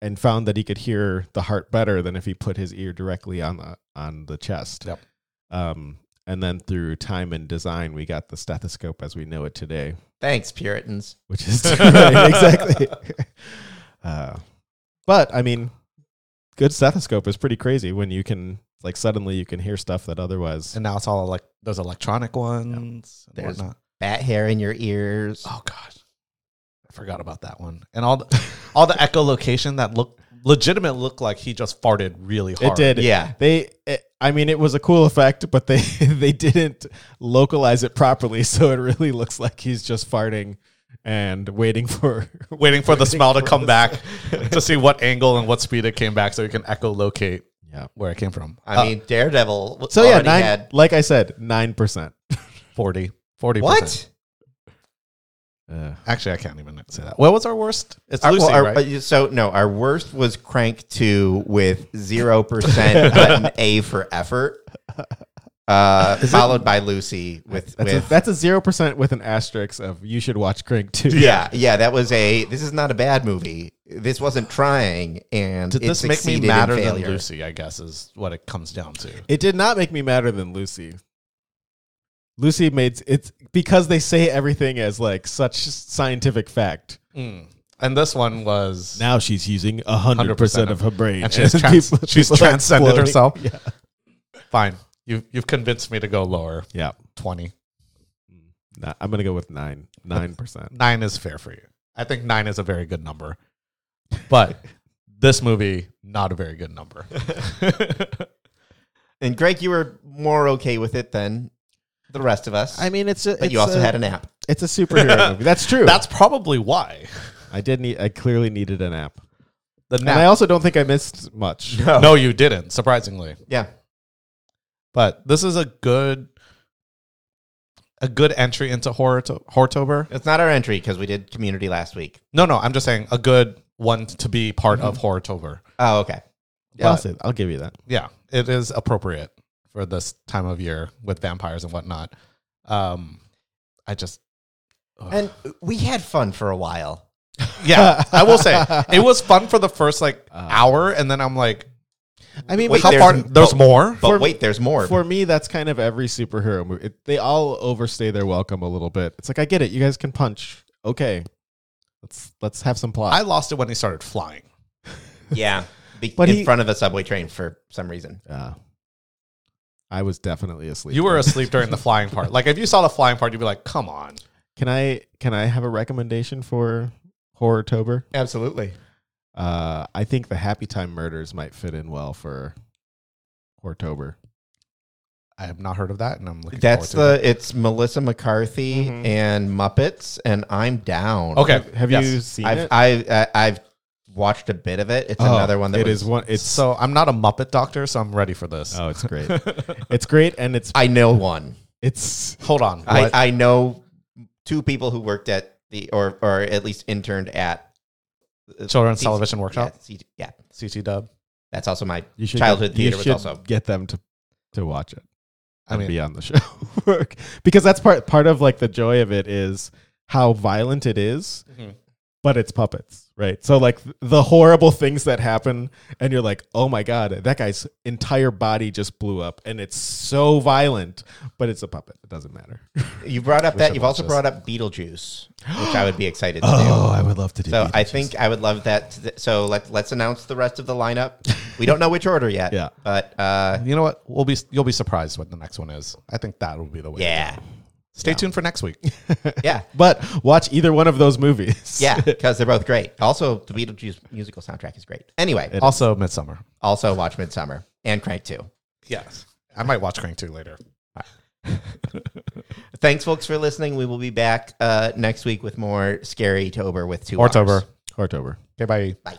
and found that he could hear the heart better than if he put his ear directly on the on the chest. Yep. Um, and then through time and design, we got the stethoscope as we know it today Thanks, Puritans. which is right, exactly. Uh, but I mean, good stethoscope is pretty crazy when you can like suddenly you can hear stuff that otherwise. And now it's all like those electronic ones and There's- whatnot. Bat hair in your ears. Oh god, I forgot about that one. And all the all the echolocation that looked legitimate looked like he just farted really hard. It did. Yeah. They. It, I mean, it was a cool effect, but they they didn't localize it properly, so it really looks like he's just farting and waiting for. Waiting for the smell to come back to see what angle and what speed it came back, so you can echolocate yeah. where it came from. I Uh, mean, Daredevil w- So yeah, already nine. had. Like I said, nine percent. 40 40 What? Actually, I can't even say that. What was our worst? It's Our- Lucy, well, our- right? uh, so no, our worst was Crank Two with zero percent, but an A for effort. Uh, followed by Lucy with That's with a, that's a zero percent with an asterisk of you should watch Crank too. yeah yeah that was a this is not a bad movie. this wasn't trying, and Did it this make me succeeded in madder than failure. Lucy? I guess is what it comes down to. It did not make me madder than Lucy. Lucy made it's because they say everything as like such scientific fact. Mm. And this one was Now she's using hundred 100% percent of her brain, and she's trans- she's people are transcended exploding. herself. Yeah, fine. You've you've convinced me to go lower. yeah. Twenty Nah, I'm gonna go with nine, nine percent. nine is fair for you. I think nine is a very good number, but this movie not a very good number. And Greg, you were more okay with it than the rest of us. I mean, it's a. but you also had an app. It's a superhero movie. That's true. That's probably why I did need. I clearly needed an app, the and I nap. also don't think I missed much. Oh. No, you didn't. Surprisingly, Yeah. but this is a good a good entry into horror hortober It's not our entry because we did community last week. no no i'm just saying a good one to be part of hortober Oh, okay. Plus it. I'll give you that. yeah it is appropriate for this time of year with vampires and whatnot um i just And we had fun for a while. yeah i will say it was fun for the first like hour and then i'm like I mean, Wait, how there's- far there's but- more But For- wait, there's more. For me, that's kind of every superhero movie. It, they all overstay their welcome a little bit. It's like I get it. You guys can punch. Okay, let's let's have some plot. i lost it when he started flying yeah. Be- But in he- front of a subway train for some reason. Yeah. I was definitely asleep. you were asleep during the flying part like if you saw the flying part you'd be like come on Can I can I have a recommendation for Horror Tober? Absolutely. Uh, I think the Happy Time Murders might fit in well for Horrortober. i have not heard of that and i'm looking That's forward to the it's Melissa McCarthy and Muppets, and I'm down. it. okay Have yes. you seen I've it? I've I- I've watched a bit of it. It's Oh, another one that it was, is one. It's so I'm not a Muppet doctor, so I'm ready for this. oh, it's great. it's great, and it's I know one. it's Hold on. What? I, I know two people who worked at the or or at least interned at uh, Children's CC Television Workshop, Yeah, CC yeah. CT Dub. that's also my you should childhood you theater was should also get them to to watch it. I I mean, mean, be on the show because that's part part of like the joy of it is how violent it is, Mhm. but it's puppets, right? So like th- the horrible things that happen, and you're like, oh my god, that guy's entire body just blew up, and it's so violent, but it's a puppet. It doesn't matter. You brought up We that. should You've watch also this. brought up Beetlejuice, which I would be excited to Oh, I do. would love to do. So I Beetlejuice. think I would love that. To th- so let let's announce the rest of the lineup. We don't know which order yet. Yeah. but uh, you know what? We'll be you'll be surprised what the next one is. I think that will be the way. yeah, Stay tuned for next week. yeah, but watch either one of those movies. yeah, because they're both great. Also, the Beetlejuice musical soundtrack is great. Anyway, also, Midsummer. also watch Midsummer and Crank Two. Yes, I might watch Crank Two later. Thanks, folks, for listening. We will be back uh, next week with more scary Tober with two Or R's. Tober. Horrortober. Okay, bye. Bye.